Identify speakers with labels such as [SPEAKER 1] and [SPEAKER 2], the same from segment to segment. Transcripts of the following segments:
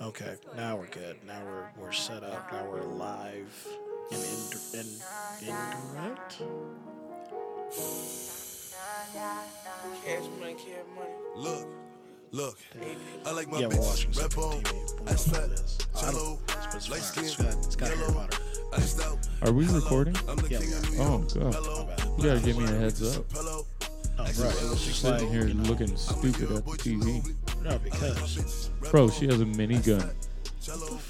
[SPEAKER 1] Okay, now we're good. Now we're we're set up. Now we're live and in, in, indirect.
[SPEAKER 2] Cash money, cash money.
[SPEAKER 3] Look, look, I like my
[SPEAKER 1] Yeah, we're watching
[SPEAKER 3] bitch.
[SPEAKER 1] some
[SPEAKER 3] Red bone,
[SPEAKER 1] TV.
[SPEAKER 3] ice fat,
[SPEAKER 1] This.
[SPEAKER 3] jello,
[SPEAKER 1] supposed to
[SPEAKER 3] light
[SPEAKER 1] fire.
[SPEAKER 3] skin,
[SPEAKER 1] It's got- it's got Harry
[SPEAKER 3] yellow,
[SPEAKER 1] Potter.
[SPEAKER 3] iced out.
[SPEAKER 4] Are we
[SPEAKER 3] Hello,
[SPEAKER 4] recording?
[SPEAKER 3] I'm the
[SPEAKER 1] Yeah,
[SPEAKER 3] king
[SPEAKER 1] we
[SPEAKER 3] of New
[SPEAKER 4] Oh,
[SPEAKER 3] York.
[SPEAKER 4] God.
[SPEAKER 3] Mellow,
[SPEAKER 4] You gotta give me a heads up.
[SPEAKER 3] pillow,
[SPEAKER 1] Oh, bro, it was just like
[SPEAKER 4] Sitting here
[SPEAKER 1] you know,
[SPEAKER 4] looking stupid at the TV.
[SPEAKER 1] no, because
[SPEAKER 4] Bro, she has a minigun.
[SPEAKER 3] jello,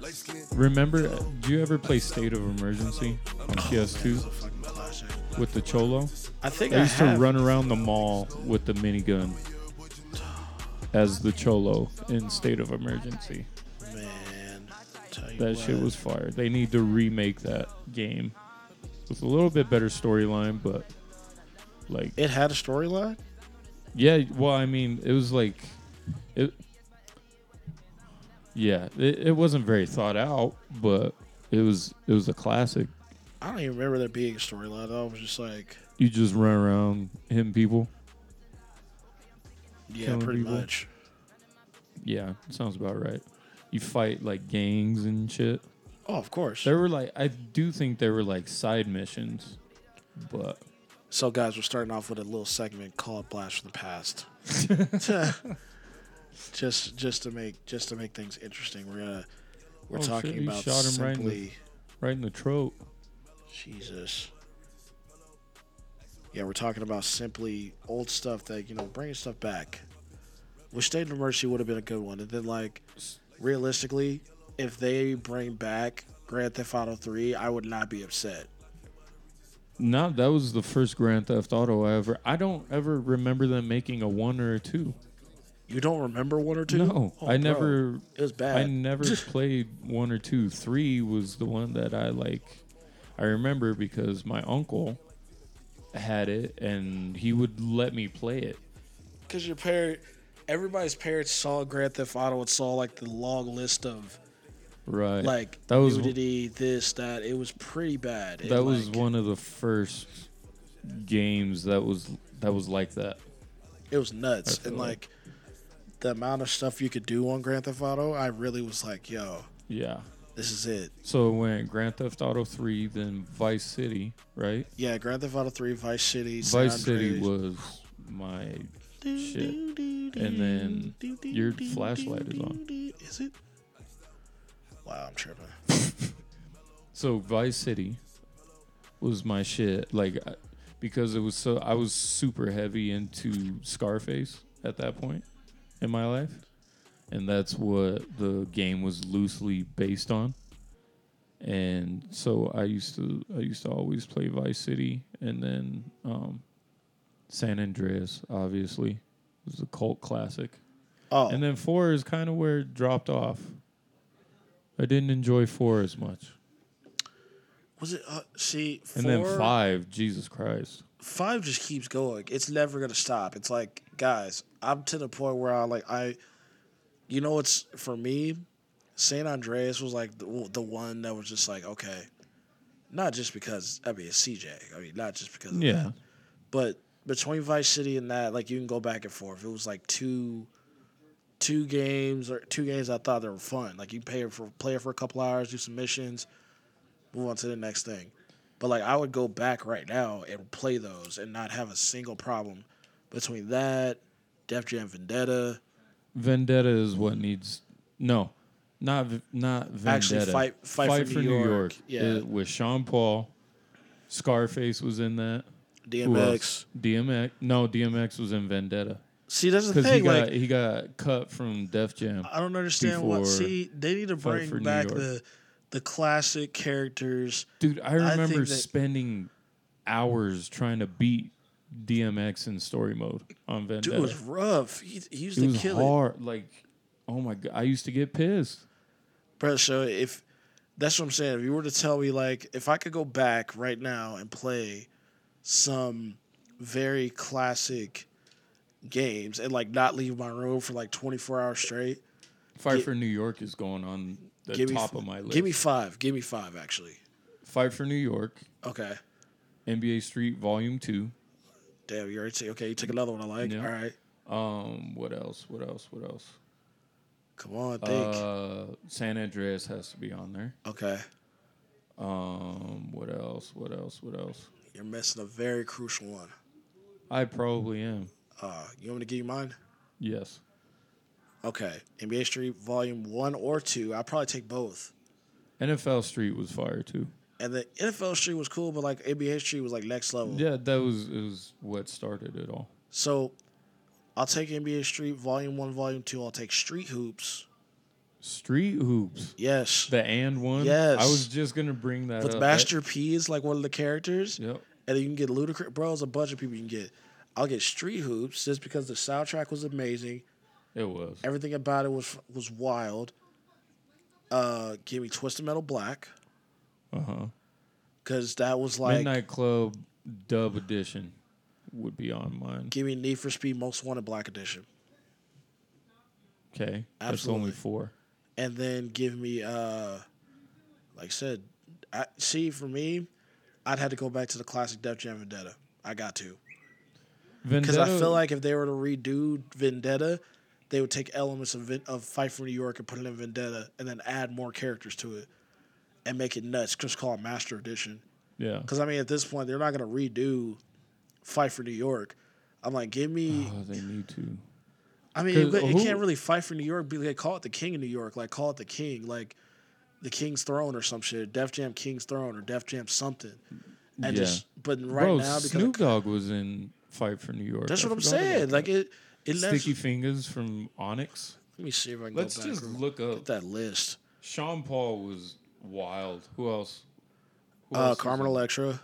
[SPEAKER 3] light skin,
[SPEAKER 4] Remember, do you ever play State of Emergency on PS2
[SPEAKER 1] fucking classic.
[SPEAKER 4] with the Cholo?
[SPEAKER 1] I think
[SPEAKER 4] I
[SPEAKER 1] I
[SPEAKER 4] used to
[SPEAKER 1] have,
[SPEAKER 4] run around the mall with the minigun as the Cholo in State of Emergency.
[SPEAKER 1] Man, tell you
[SPEAKER 4] That
[SPEAKER 1] what,
[SPEAKER 4] shit was fire. They need to remake that game with a little bit better storyline, but like
[SPEAKER 1] It had a storyline.
[SPEAKER 4] Yeah, well, I mean, it was like, it. Yeah, it, it wasn't very thought out, but it was it was a classic.
[SPEAKER 1] I don't even remember there being a storyline. I was just like,
[SPEAKER 4] You just run around hitting people.
[SPEAKER 1] yeah,
[SPEAKER 4] Killing
[SPEAKER 1] pretty
[SPEAKER 4] people.
[SPEAKER 1] much.
[SPEAKER 4] Yeah, sounds about right. You fight like gangs and shit.
[SPEAKER 1] Oh, of course.
[SPEAKER 4] There were like I do think there were like side missions, but
[SPEAKER 1] So, guys, we're starting off with a little segment called "Blast from the Past," just just to make just to make things interesting. We're gonna we're
[SPEAKER 4] Oh, shit,
[SPEAKER 1] talking
[SPEAKER 4] he
[SPEAKER 1] about
[SPEAKER 4] shot him right in the-
[SPEAKER 1] simply
[SPEAKER 4] right in the throat.
[SPEAKER 1] Jesus. Yeah, we're talking about simply old stuff that you know bringing stuff back. Which State of Mercy would have been a good one, and then like realistically, if they bring back Grand Theft Auto Three, I would not be upset.
[SPEAKER 4] No, that was the first Grand Theft Auto I ever. I don't ever remember them making a one or a two.
[SPEAKER 1] You don't remember one or two?
[SPEAKER 4] No,
[SPEAKER 1] Oh,
[SPEAKER 4] I
[SPEAKER 1] bro.
[SPEAKER 4] never.
[SPEAKER 1] It was bad.
[SPEAKER 4] I never played one or two. Three was the one that I like. I remember because my uncle had it, and he would let me play it.
[SPEAKER 1] Because your parent, everybody's parents saw Grand Theft Auto and saw like the long list of
[SPEAKER 4] Right.
[SPEAKER 1] like
[SPEAKER 4] that was
[SPEAKER 1] nudity, this, that. It was pretty bad. It,
[SPEAKER 4] that was
[SPEAKER 1] like,
[SPEAKER 4] one of the first games that was that was like that.
[SPEAKER 1] It was nuts,
[SPEAKER 4] I feel
[SPEAKER 1] and like
[SPEAKER 4] like-
[SPEAKER 1] the amount of stuff you could do on Grand Theft Auto, I really was like, yo,
[SPEAKER 4] Yeah.
[SPEAKER 1] this is it.
[SPEAKER 4] So it went Grand Theft Auto three, then Vice City, right?
[SPEAKER 1] Yeah, Grand Theft Auto Three, Vice City, San
[SPEAKER 4] Vice City
[SPEAKER 1] Andreas.
[SPEAKER 4] was my shit, and then your flashlight is on.
[SPEAKER 1] Is it? Wow, I'm tripping.
[SPEAKER 4] So Vice City was my shit, like I- because it was so I was super heavy into Scarface at that point in my life, and that's what the game was loosely based on. And so I used to I used to always play Vice City, and then um, San Andreas obviously was a cult classic,
[SPEAKER 1] Oh,
[SPEAKER 4] and then four is kind of where it dropped off. I didn't enjoy four as much.
[SPEAKER 1] was it? Uh, see, four,
[SPEAKER 4] And then five, Jesus Christ.
[SPEAKER 1] five just keeps going. It's never gonna stop. It's like, guys, I'm to the point where I like I, you know, it's for me. San Andreas was like the, the one that was just like okay, not just because I mean it's CJ. I mean not just because of that,
[SPEAKER 4] Yeah.
[SPEAKER 1] but between Vice City and that, like you can go back and forth. It was like two, two games or two games I thought they were fun. Like you pay for play it for a couple hours, do some missions, move on to the next thing. But like I would go back right now and play those and not have a single problem between that, Def Jam Vendetta,
[SPEAKER 4] Vendetta is what needs. No, not v- not Vendetta.
[SPEAKER 1] Actually, Fight- Fight for New York, yeah.
[SPEAKER 4] It- with Sean Paul. Scarface was in that. Who
[SPEAKER 1] DMX.
[SPEAKER 4] else? DMX. No, DMX was in Vendetta.
[SPEAKER 1] See, that's the
[SPEAKER 4] Because he
[SPEAKER 1] thing.
[SPEAKER 4] got
[SPEAKER 1] Like
[SPEAKER 4] he got cut from Def Jam.
[SPEAKER 1] I don't understand what.
[SPEAKER 4] before
[SPEAKER 1] See, they need to
[SPEAKER 4] Fight for
[SPEAKER 1] bring
[SPEAKER 4] New
[SPEAKER 1] back
[SPEAKER 4] York.
[SPEAKER 1] the, the classic characters.
[SPEAKER 4] Dude, I
[SPEAKER 1] think
[SPEAKER 4] remember
[SPEAKER 1] that-
[SPEAKER 4] spending hours trying to beat DMX in story mode on
[SPEAKER 1] Dude
[SPEAKER 4] Vendetta.
[SPEAKER 1] it was rough. He, he used
[SPEAKER 4] it
[SPEAKER 1] to
[SPEAKER 4] was
[SPEAKER 1] kill it.
[SPEAKER 4] hard. Like, oh my god, I used to get pissed.
[SPEAKER 1] Bro, so if that's what I'm saying, if you were to tell me like if I could go back right now and play some very classic games and like not leave my room for like 24 hours straight,
[SPEAKER 4] Fight
[SPEAKER 1] Gi-
[SPEAKER 4] for New York is going on the
[SPEAKER 1] give
[SPEAKER 4] top
[SPEAKER 1] me f-
[SPEAKER 4] of my list.
[SPEAKER 1] Give me 5. Give me 5 actually.
[SPEAKER 4] Fight for New York,
[SPEAKER 1] Okay.
[SPEAKER 4] NBA Street Volume Two.
[SPEAKER 1] Damn, you already took okay, you took another one I like.
[SPEAKER 4] Yeah.
[SPEAKER 1] All right.
[SPEAKER 4] Um, what else? What else? What else?
[SPEAKER 1] Come on, think.
[SPEAKER 4] Uh, San Andreas has to be on there.
[SPEAKER 1] okay,
[SPEAKER 4] Um, what else? What else? What else?
[SPEAKER 1] you're missing a very crucial one.
[SPEAKER 4] I probably am.
[SPEAKER 1] Uh, you want me to give you mine?
[SPEAKER 4] Yes.
[SPEAKER 1] Okay, NBA Street Volume One or Two. I'll probably take both.
[SPEAKER 4] NFL Street was fire too.
[SPEAKER 1] And the NFL Street was cool, but like NBA Street was like next level.
[SPEAKER 4] Yeah, that was it was what started it all.
[SPEAKER 1] So, I'll take NBA Street Volume One, Volume Two. I'll take Street Hoops.
[SPEAKER 4] Street Hoops.
[SPEAKER 1] Yes.
[SPEAKER 4] The and one.
[SPEAKER 1] Yes.
[SPEAKER 4] I was just gonna bring that
[SPEAKER 1] with
[SPEAKER 4] up.
[SPEAKER 1] Master P is like one of the characters,
[SPEAKER 4] That- yep.
[SPEAKER 1] and then you can get Ludacris. Bro, it's a bunch of people you can get. I'll get Street Hoops just because the soundtrack was amazing.
[SPEAKER 4] It was.
[SPEAKER 1] Everything about it was was wild. Uh, give me Twisted Metal Black
[SPEAKER 4] Uh huh.
[SPEAKER 1] because that was like
[SPEAKER 4] Midnight Club Dub Edition would be on mine.
[SPEAKER 1] give me Need for Speed Most Wanted Black Edition,
[SPEAKER 4] Okay. That's
[SPEAKER 1] Absolutely.
[SPEAKER 4] only four.
[SPEAKER 1] and then give me uh, like I said, I see for me, I'd had to go back to the classic Def Jam Vendetta. I got to. Because I feel like if they were to redo Vendetta, they would take elements of Ven- of Fight for New York and put it in Vendetta, and then add more characters to it, and make it nuts. Just call it Master Edition.
[SPEAKER 4] Yeah.
[SPEAKER 1] Because I mean, at this point, they're not gonna redo Fight for New York. I'm like, give me.
[SPEAKER 4] Oh, they need to.
[SPEAKER 1] I mean, it,
[SPEAKER 4] 'cause
[SPEAKER 1] it
[SPEAKER 4] who-
[SPEAKER 1] can't really Fight for New York. Be like, call it the King of New York. Like, call it the King. Like, the King's Throne or some shit. Def Jam King's Throne or Def Jam something. And
[SPEAKER 4] Yeah.
[SPEAKER 1] just but right
[SPEAKER 4] Bro,
[SPEAKER 1] now because
[SPEAKER 4] Snoop
[SPEAKER 1] of,
[SPEAKER 4] Dogg was in Fight for New York.
[SPEAKER 1] that's
[SPEAKER 4] I
[SPEAKER 1] what I'm
[SPEAKER 4] forgot about
[SPEAKER 1] saying.
[SPEAKER 4] that.
[SPEAKER 1] Like it. It
[SPEAKER 4] Sticky
[SPEAKER 1] left,
[SPEAKER 4] Fingers from Onyx.
[SPEAKER 1] let me see if I can
[SPEAKER 4] Let's
[SPEAKER 1] go back.
[SPEAKER 4] just
[SPEAKER 1] real-
[SPEAKER 4] look
[SPEAKER 1] Look
[SPEAKER 4] up.
[SPEAKER 1] at that list.
[SPEAKER 4] Sean Paul was wild. Who else? Who
[SPEAKER 1] Uh,
[SPEAKER 4] else was
[SPEAKER 1] Carmen
[SPEAKER 4] in-
[SPEAKER 1] Electra.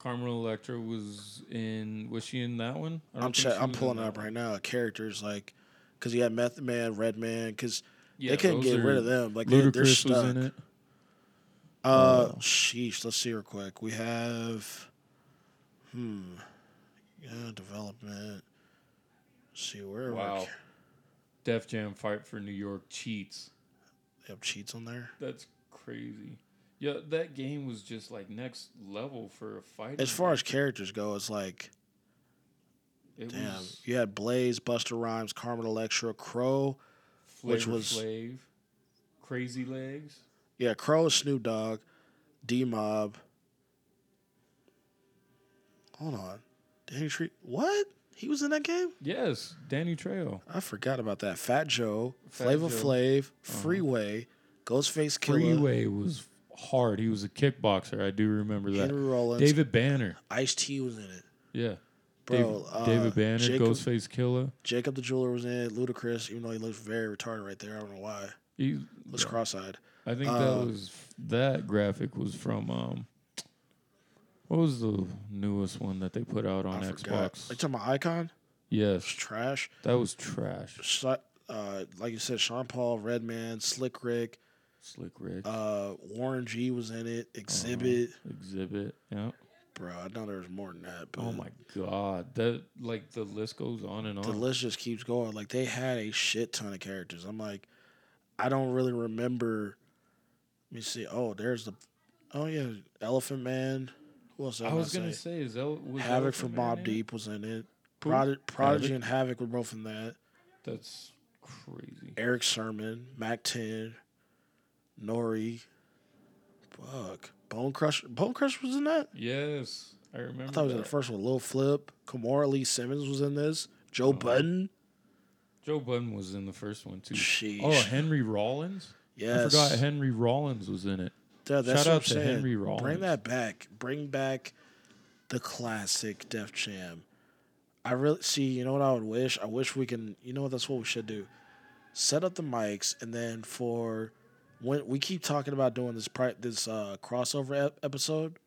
[SPEAKER 4] Carmen Electra was in. Was she in that one? I don't
[SPEAKER 1] I'm
[SPEAKER 4] think
[SPEAKER 1] che-
[SPEAKER 4] she
[SPEAKER 1] I'm
[SPEAKER 4] was in
[SPEAKER 1] pulling it
[SPEAKER 4] that
[SPEAKER 1] up
[SPEAKER 4] one.
[SPEAKER 1] right now. Characters like, because you had Method Man, Red Man, because
[SPEAKER 4] Yeah,
[SPEAKER 1] they couldn't
[SPEAKER 4] those
[SPEAKER 1] get rid
[SPEAKER 4] are-
[SPEAKER 1] of them. Like they, they're
[SPEAKER 4] Ludacris was
[SPEAKER 1] stuck.
[SPEAKER 4] in it.
[SPEAKER 1] Uh,
[SPEAKER 4] Oh.
[SPEAKER 1] sheesh. Let's see real quick. We have, hmm, yeah, development. Let's see where wow.
[SPEAKER 4] Wow. Def Jam Fight for New York cheats.
[SPEAKER 1] they have cheats on there.
[SPEAKER 4] That's crazy. Yeah, that game was just like next level for a fight.
[SPEAKER 1] As far as characters go, it's like
[SPEAKER 4] it
[SPEAKER 1] damn.
[SPEAKER 4] was
[SPEAKER 1] You had Blaze, Buster Rhymes, Carmen Electra, Crow. which
[SPEAKER 4] Flavor
[SPEAKER 1] was-
[SPEAKER 4] Flav, Crazy Legs.
[SPEAKER 1] Yeah, Crow, Snoop Dogg, D Mob. Hold on. Danny Tree. What? He was in that game?
[SPEAKER 4] Yes, Danny Trejo.
[SPEAKER 1] I forgot about that. Fat Joe,
[SPEAKER 4] Fat
[SPEAKER 1] Flavor
[SPEAKER 4] Joe. Uh-huh.
[SPEAKER 1] Flav, Freeway, Ghostface Killer,
[SPEAKER 4] Freeway was hard. He was a kickboxer. I do remember that.
[SPEAKER 1] Henry Rollins.
[SPEAKER 4] David Banner.
[SPEAKER 1] Ice T was in it.
[SPEAKER 4] Yeah.
[SPEAKER 1] Bro,
[SPEAKER 4] David,
[SPEAKER 1] uh,
[SPEAKER 4] David Banner,
[SPEAKER 1] Jacob-
[SPEAKER 4] Ghostface Killer.
[SPEAKER 1] Jacob the Jeweler was in it. Ludacris, even though he looks very retarded right there. I don't know why.
[SPEAKER 4] He,
[SPEAKER 1] Looks cross eyed.
[SPEAKER 4] I think
[SPEAKER 1] uh,
[SPEAKER 4] that was that graphic was from um what was the newest one that they put out on
[SPEAKER 1] I forgot.
[SPEAKER 4] Xbox?
[SPEAKER 1] Are you talking about Icon? It's
[SPEAKER 4] yes,
[SPEAKER 1] trash.
[SPEAKER 4] that was trash.
[SPEAKER 1] Sh- Uh, like you said, Sean Paul, Redman, Slick Rick,
[SPEAKER 4] Slick Rick
[SPEAKER 1] Uh, Warren G was in it.
[SPEAKER 4] Uh-huh.
[SPEAKER 1] Exhibit,
[SPEAKER 4] exhibit. Yeah.
[SPEAKER 1] bro. I know there's more than that, but
[SPEAKER 4] Oh my god. That like the list goes on and on.
[SPEAKER 1] the list just keeps going. Like they had a shit ton of characters. I'm like, I don't really remember. Let me see. Oh, there's the. Oh yeah, Elephant Man. Who else? did
[SPEAKER 4] I was gonna
[SPEAKER 1] say?
[SPEAKER 4] say, is that was
[SPEAKER 1] Havoc
[SPEAKER 4] Elephant
[SPEAKER 1] from
[SPEAKER 4] Man
[SPEAKER 1] Mob
[SPEAKER 4] in it?
[SPEAKER 1] Deep was in it.
[SPEAKER 4] Who?
[SPEAKER 1] Prod- Prodigy
[SPEAKER 4] Havoc?
[SPEAKER 1] and Havoc were both in that.
[SPEAKER 4] That's crazy.
[SPEAKER 1] Eric Sermon, Mac Ten, Nori. Fuck. Bone Crusher. Bone Crusher was in that.
[SPEAKER 4] Yes, I remember.
[SPEAKER 1] I thought it was in the
[SPEAKER 4] that.
[SPEAKER 1] first one. Lil Flip, Kamora Lee Simmons was in this. Joe
[SPEAKER 4] Uh-huh.
[SPEAKER 1] Budden.
[SPEAKER 4] Joe Budden was in the first one too.
[SPEAKER 1] Sheesh.
[SPEAKER 4] Oh, Henry Rollins.
[SPEAKER 1] Yes.
[SPEAKER 4] I forgot Henry Rollins was in it.
[SPEAKER 1] Dude, that's what
[SPEAKER 4] Shout out
[SPEAKER 1] I'm
[SPEAKER 4] to
[SPEAKER 1] saying.
[SPEAKER 4] Henry
[SPEAKER 1] Bring
[SPEAKER 4] Rollins.
[SPEAKER 1] that back. Bring back the classic Def Jam. I really see. You know what I would wish? I wish we can. You know what? That's what we should do. Set up the mics, and then for when we keep talking about doing this pri- this uh, crossover ep- episode,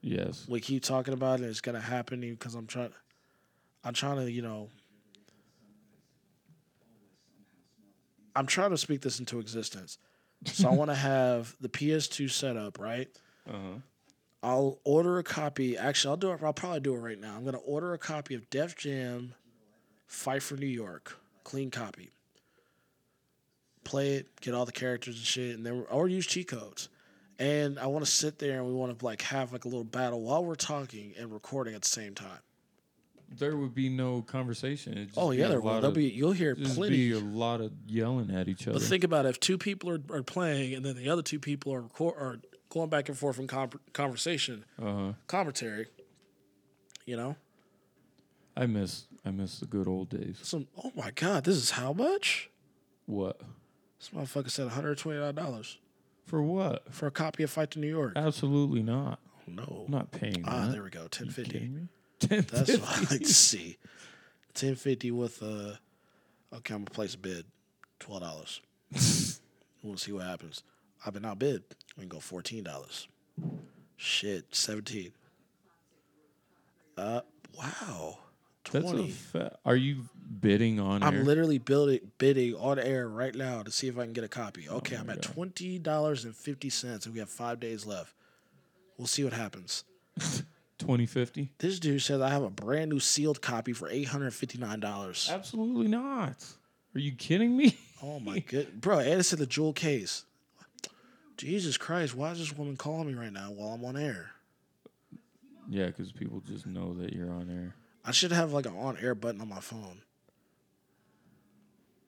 [SPEAKER 4] Yes.
[SPEAKER 1] we keep talking about it. and It's gonna happen because I'm trying. I'm trying to, you know. I'm trying to speak this into existence. So I want to have the PS2 set up, right?
[SPEAKER 4] Uh huh.
[SPEAKER 1] Uh-huh. I'll order a copy. Actually, I'll do it. I'll probably do it right now. I'm gonna order a copy of Def Jam, Fight for New York, clean copy. Play it, get all the characters and shit, and then or use cheat codes. And I want to sit there and we want to like have like a little battle while we're talking and recording at the same time.
[SPEAKER 4] there would be no conversation. It'd just
[SPEAKER 1] Oh
[SPEAKER 4] be
[SPEAKER 1] yeah,
[SPEAKER 4] a
[SPEAKER 1] there will.
[SPEAKER 4] lot
[SPEAKER 1] There'll
[SPEAKER 4] of-
[SPEAKER 1] be you'll hear
[SPEAKER 4] just
[SPEAKER 1] plenty.
[SPEAKER 4] be a lot of yelling at each other.
[SPEAKER 1] But think about it, if two people are, are playing and then the other two people are record, are going back and forth in comp- conversation
[SPEAKER 4] uh-huh.
[SPEAKER 1] commentary. You know,
[SPEAKER 4] I miss I miss the good old days.
[SPEAKER 1] some oh my god, this is how much?
[SPEAKER 4] What
[SPEAKER 1] This motherfucker said one hundred twenty nine dollars
[SPEAKER 4] for what?
[SPEAKER 1] for a copy of Fight to New
[SPEAKER 4] Uh,
[SPEAKER 1] York.
[SPEAKER 4] Absolutely not.
[SPEAKER 1] no,
[SPEAKER 4] I'm not paying.
[SPEAKER 1] ah,
[SPEAKER 4] that.
[SPEAKER 1] there we go, ten
[SPEAKER 4] You
[SPEAKER 1] fifty.
[SPEAKER 4] kidding me? Ten
[SPEAKER 1] That's
[SPEAKER 4] fifty?
[SPEAKER 1] what I like to see. Ten fifty with uh okay, I'm gonna place a bid. Twelve dollars. we'll see what happens. I've been outbid. We can go fourteen dollars. Shit, seventeen. Uh wow.
[SPEAKER 4] That's a
[SPEAKER 1] Twenty.
[SPEAKER 4] fa- Are you bidding on
[SPEAKER 1] I'm
[SPEAKER 4] air?
[SPEAKER 1] literally building bidding on air right now to see if I can get a copy. Okay, I'm at
[SPEAKER 4] Oh God.
[SPEAKER 1] twenty dollars and fifty cents and we have five days left. We'll see what happens.
[SPEAKER 4] Twenty fifty?
[SPEAKER 1] This dude says I have a brand new sealed copy for eight hundred and fifty nine dollars.
[SPEAKER 4] Absolutely not. Are you kidding me?
[SPEAKER 1] Oh my good bro, and it's in the jewel case. Jesus Christ, why is this woman calling me right now while I'm on air?
[SPEAKER 4] Yeah, because people just know that you're on air.
[SPEAKER 1] I should have like an on air button on my phone.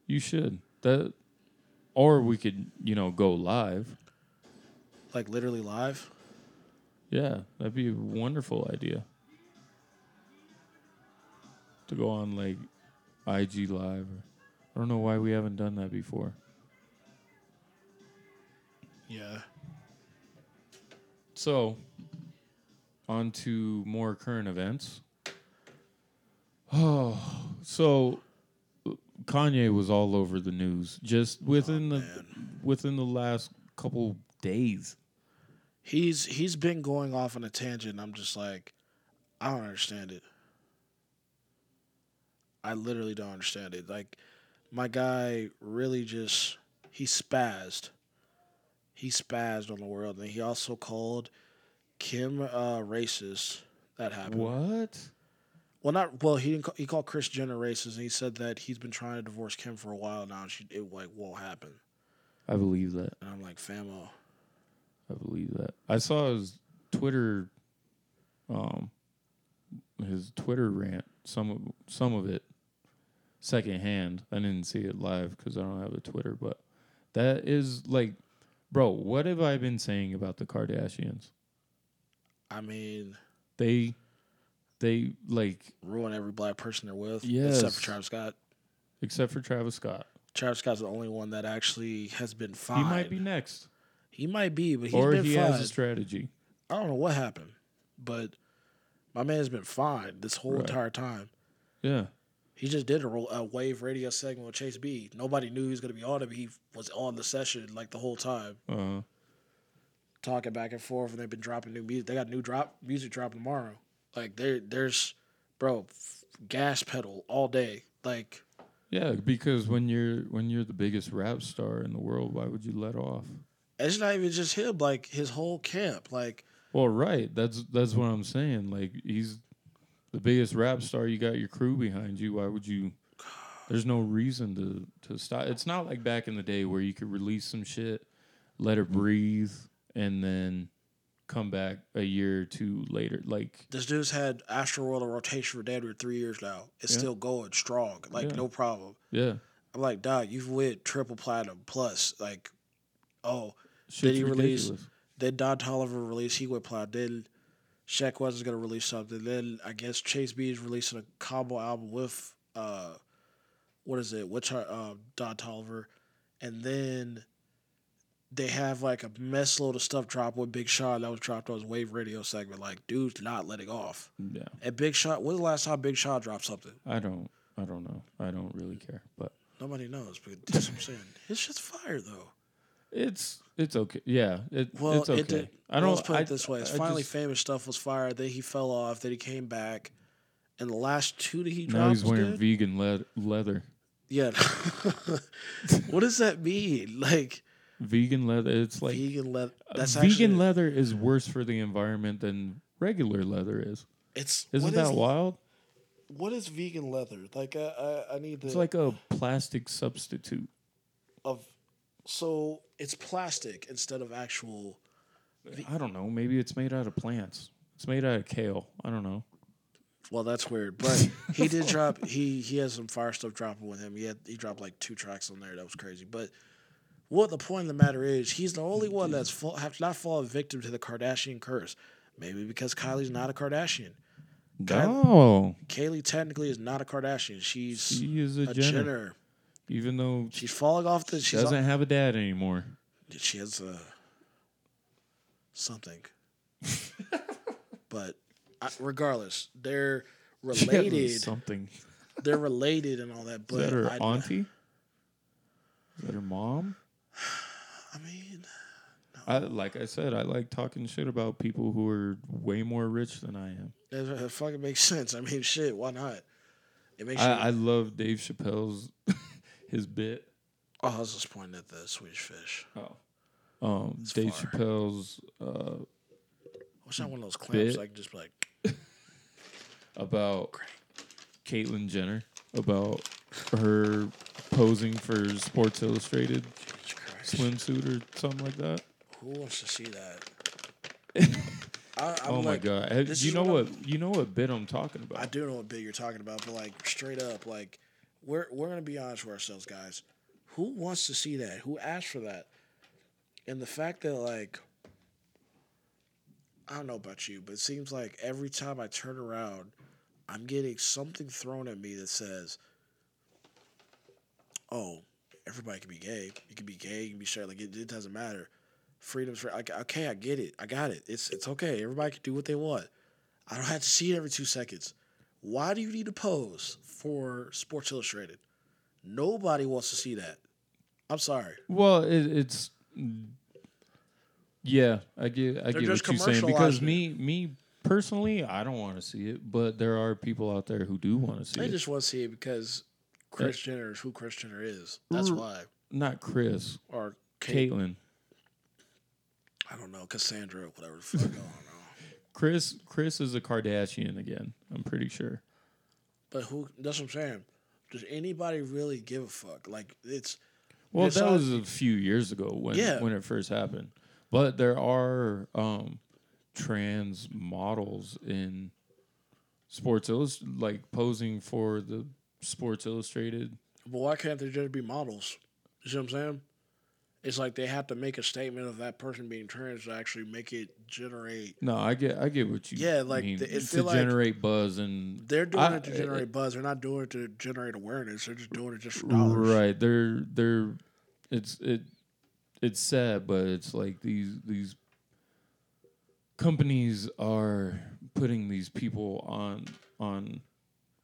[SPEAKER 4] You should that, or we could you know go live.
[SPEAKER 1] Like literally live.
[SPEAKER 4] Yeah, that'd be a wonderful idea. To go on like IG Live. Or, I don't know why we haven't done that before.
[SPEAKER 1] Yeah.
[SPEAKER 4] So, on to more current events. Oh, so Kanye was all over the news just within the within the last couple days.
[SPEAKER 1] He's he's been going off on a tangent. I'm just like, I don't understand it. I literally don't understand it. Like, my guy really just he spazzed. He spazzed on the world, and he also called Kim uh, racist. That happened.
[SPEAKER 4] What?
[SPEAKER 1] Well, not well. He didn't call, he called Chris Jenner racist, and he said that he's been trying to divorce Kim for a while now, and she it like won't happen.
[SPEAKER 4] I believe that.
[SPEAKER 1] And I'm like, famo,
[SPEAKER 4] I believe that. I saw his Twitter, um, his Twitter rant. Some of some of it secondhand. I didn't see it live because I don't have a Twitter. But that is like, bro, what have I been saying about the Kardashians?
[SPEAKER 1] I mean,
[SPEAKER 4] They, they like
[SPEAKER 1] ruin every black person they're with, except
[SPEAKER 4] Yes.
[SPEAKER 1] for Travis Scott.
[SPEAKER 4] except for Travis Scott.
[SPEAKER 1] Travis Scott's the only one that actually has been fined.
[SPEAKER 4] He might be next,
[SPEAKER 1] He might be, but he's
[SPEAKER 4] or
[SPEAKER 1] been
[SPEAKER 4] he
[SPEAKER 1] fined.
[SPEAKER 4] has a strategy.
[SPEAKER 1] I don't know what happened, but my man's been fined this whole
[SPEAKER 4] Right.
[SPEAKER 1] entire time.
[SPEAKER 4] Yeah,
[SPEAKER 1] He just did a, ro- a wave radio segment with Chase B. Nobody knew he was going to be on it, but he was on the session like the whole time,
[SPEAKER 4] uh,
[SPEAKER 1] talking back and forth. And they've been dropping new music. They got new drop music dropping tomorrow. Like there, there's, bro, f- gas pedal all day. Like
[SPEAKER 4] yeah. Because when you're when you're the biggest rap star in the world, why would you let off?
[SPEAKER 1] it's not even just him. Like his whole camp. Like
[SPEAKER 4] Well, right. That's that's what I'm saying. Like he's the biggest rap star. You got your crew behind you. Why would you? There's no reason to to stop. It's not like back in the day where you could release some shit, let it breathe, and then come back a year or two later. Like
[SPEAKER 1] This dude's had Astro World and Rotation for Dead for three years now. It's
[SPEAKER 4] Yeah.
[SPEAKER 1] still going strong, like
[SPEAKER 4] Yeah.
[SPEAKER 1] no problem.
[SPEAKER 4] yeah,
[SPEAKER 1] I'm like, dog, you've went triple platinum plus. Like, oh,
[SPEAKER 4] shit's
[SPEAKER 1] he release-
[SPEAKER 4] ridiculous.
[SPEAKER 1] then Don Tolliver released, he went platinum. Then Shaq West is gonna release something. Then I guess Chase B is releasing a combo album with uh, what is it? Which are uh, Don Tolliver, and then they have like a mess load of stuff dropped with Big Sean that was dropped on his Wave Radio segment. Like, dude's not letting off.
[SPEAKER 4] Yeah,
[SPEAKER 1] And Big Shot, when's the last time Big Shot dropped something?
[SPEAKER 4] I don't. I don't know. I don't really care. But
[SPEAKER 1] Nobody knows, but that's what I'm saying. His shit's fire though.
[SPEAKER 4] it's it's okay. Yeah, it,
[SPEAKER 1] Well,
[SPEAKER 4] it's okay.
[SPEAKER 1] it did.
[SPEAKER 4] I don't.
[SPEAKER 1] Let's put it
[SPEAKER 4] I-
[SPEAKER 1] this way: his
[SPEAKER 4] I
[SPEAKER 1] finally
[SPEAKER 4] just-
[SPEAKER 1] famous stuff was fire. Then he fell off. Then he came back, and the last two that he dropped,
[SPEAKER 4] now he's wearing
[SPEAKER 1] dude,
[SPEAKER 4] vegan le- leather.
[SPEAKER 1] yeah. what does that mean? Like,
[SPEAKER 4] Vegan leather. It's like uh,
[SPEAKER 1] vegan leather? That's
[SPEAKER 4] vegan
[SPEAKER 1] actually,
[SPEAKER 4] leather is worse for the environment than regular leather is.
[SPEAKER 1] It's
[SPEAKER 4] Isn't
[SPEAKER 1] what
[SPEAKER 4] that
[SPEAKER 1] is-
[SPEAKER 4] wild?
[SPEAKER 1] what is vegan leather? Like, I I, I need the
[SPEAKER 4] It's like a plastic substitute.
[SPEAKER 1] of. So it's plastic instead of actual.
[SPEAKER 4] I don't know. Maybe it's made out of plants. It's made out of kale. I don't know.
[SPEAKER 1] Well, that's weird, but he did drop. He he has some fire stuff dropping with him. He had he dropped like two tracks on there. That was crazy. But what the point of the matter is, he's the only one that's fall, have not fallen victim to the Kardashian curse. Maybe because Kylie's not a Kardashian.
[SPEAKER 4] No,
[SPEAKER 1] Kaylee technically is not a Kardashian. She's
[SPEAKER 4] she is
[SPEAKER 1] a,
[SPEAKER 4] a,
[SPEAKER 1] Jenner.
[SPEAKER 4] Jenner, even though she
[SPEAKER 1] She's falling off the. She's
[SPEAKER 4] doesn't
[SPEAKER 1] on-
[SPEAKER 4] have a dad anymore.
[SPEAKER 1] she has a something. but I, regardless, they're
[SPEAKER 4] She has
[SPEAKER 1] related.
[SPEAKER 4] something.
[SPEAKER 1] they're related and all that. But
[SPEAKER 4] Is that her
[SPEAKER 1] I,
[SPEAKER 4] auntie? Is that her mom?
[SPEAKER 1] I mean,
[SPEAKER 4] I like I said, I like talking shit about people who are way more rich than I am.
[SPEAKER 1] That, that fucking makes sense. I mean, shit, why not? It makes
[SPEAKER 4] I,
[SPEAKER 1] you.
[SPEAKER 4] I love Dave Chappelle's his bit.
[SPEAKER 1] oh, I was just pointing at the Swedish fish.
[SPEAKER 4] Oh. Um, Dave
[SPEAKER 1] far.
[SPEAKER 4] Chappelle's uh,
[SPEAKER 1] What's that one of those clamps?
[SPEAKER 4] Bit.
[SPEAKER 1] I can just be like,
[SPEAKER 4] about Caitlyn Jenner about her posing for Sports Illustrated
[SPEAKER 1] Jesus Christ,
[SPEAKER 4] swimsuit or something like that.
[SPEAKER 1] who wants to see that? I, I'm
[SPEAKER 4] oh my
[SPEAKER 1] like,
[SPEAKER 4] god! Have-
[SPEAKER 1] this
[SPEAKER 4] You
[SPEAKER 1] is
[SPEAKER 4] know
[SPEAKER 1] what
[SPEAKER 4] what? You know what bit I'm talking
[SPEAKER 1] I
[SPEAKER 4] about?
[SPEAKER 1] do know what bit you're talking about, but like straight up, like we're we're gonna be honest with ourselves, guys. Who wants to see that? Who asked for that? And the fact that like I don't know about you, but it seems like every time I turn around, I'm getting something thrown at me that says, "Oh, everybody can be gay. You can be gay. You can be straight. Like it, it doesn't matter. Freedom's for like okay. I get it. I got it. It's it's okay. Everybody can do what they want. I don't have to see it every two seconds. Why do you need to pose for Sports Illustrated? Nobody wants to see that. I'm sorry.
[SPEAKER 4] Well, it, it's yeah. I get I get
[SPEAKER 1] just
[SPEAKER 4] what you're saying because
[SPEAKER 1] commercializing
[SPEAKER 4] me me personally, I don't want to see it, but there are people out there who do want to see
[SPEAKER 1] They
[SPEAKER 4] it.
[SPEAKER 1] just want to see it because Chris Jenner is who Chris Jenner is. That's
[SPEAKER 4] Mm.
[SPEAKER 1] why.
[SPEAKER 4] Not Chris,
[SPEAKER 1] Or Kate.
[SPEAKER 4] Caitlyn.
[SPEAKER 1] I don't know. Cassandra, whatever the fuck. I don't know.
[SPEAKER 4] Chris Chris is a Kardashian again. I'm pretty sure.
[SPEAKER 1] But who? That's what I'm saying. Does anybody really give a fuck? Like it's
[SPEAKER 4] Well,
[SPEAKER 1] It's
[SPEAKER 4] that
[SPEAKER 1] not-
[SPEAKER 4] was a few years ago when
[SPEAKER 1] Yeah.
[SPEAKER 4] when it first happened. But there are um, trans models in Sports Illustrated, like posing for the Sports Illustrated.
[SPEAKER 1] But why can't they just be models? You see what I'm saying? It's like they have to make a statement of that person being trans to actually make it generate.
[SPEAKER 4] No, I get I get what you
[SPEAKER 1] Yeah, like,
[SPEAKER 4] mean.
[SPEAKER 1] the- it
[SPEAKER 4] to
[SPEAKER 1] feel like-
[SPEAKER 4] generate buzz and
[SPEAKER 1] They're doing
[SPEAKER 4] I- eh,
[SPEAKER 1] it to generate buzz. They're not doing it to generate awareness. They're just doing it just for dollars.
[SPEAKER 4] right. They're they're it's it it's sad, but it's like these these companies are putting these people on on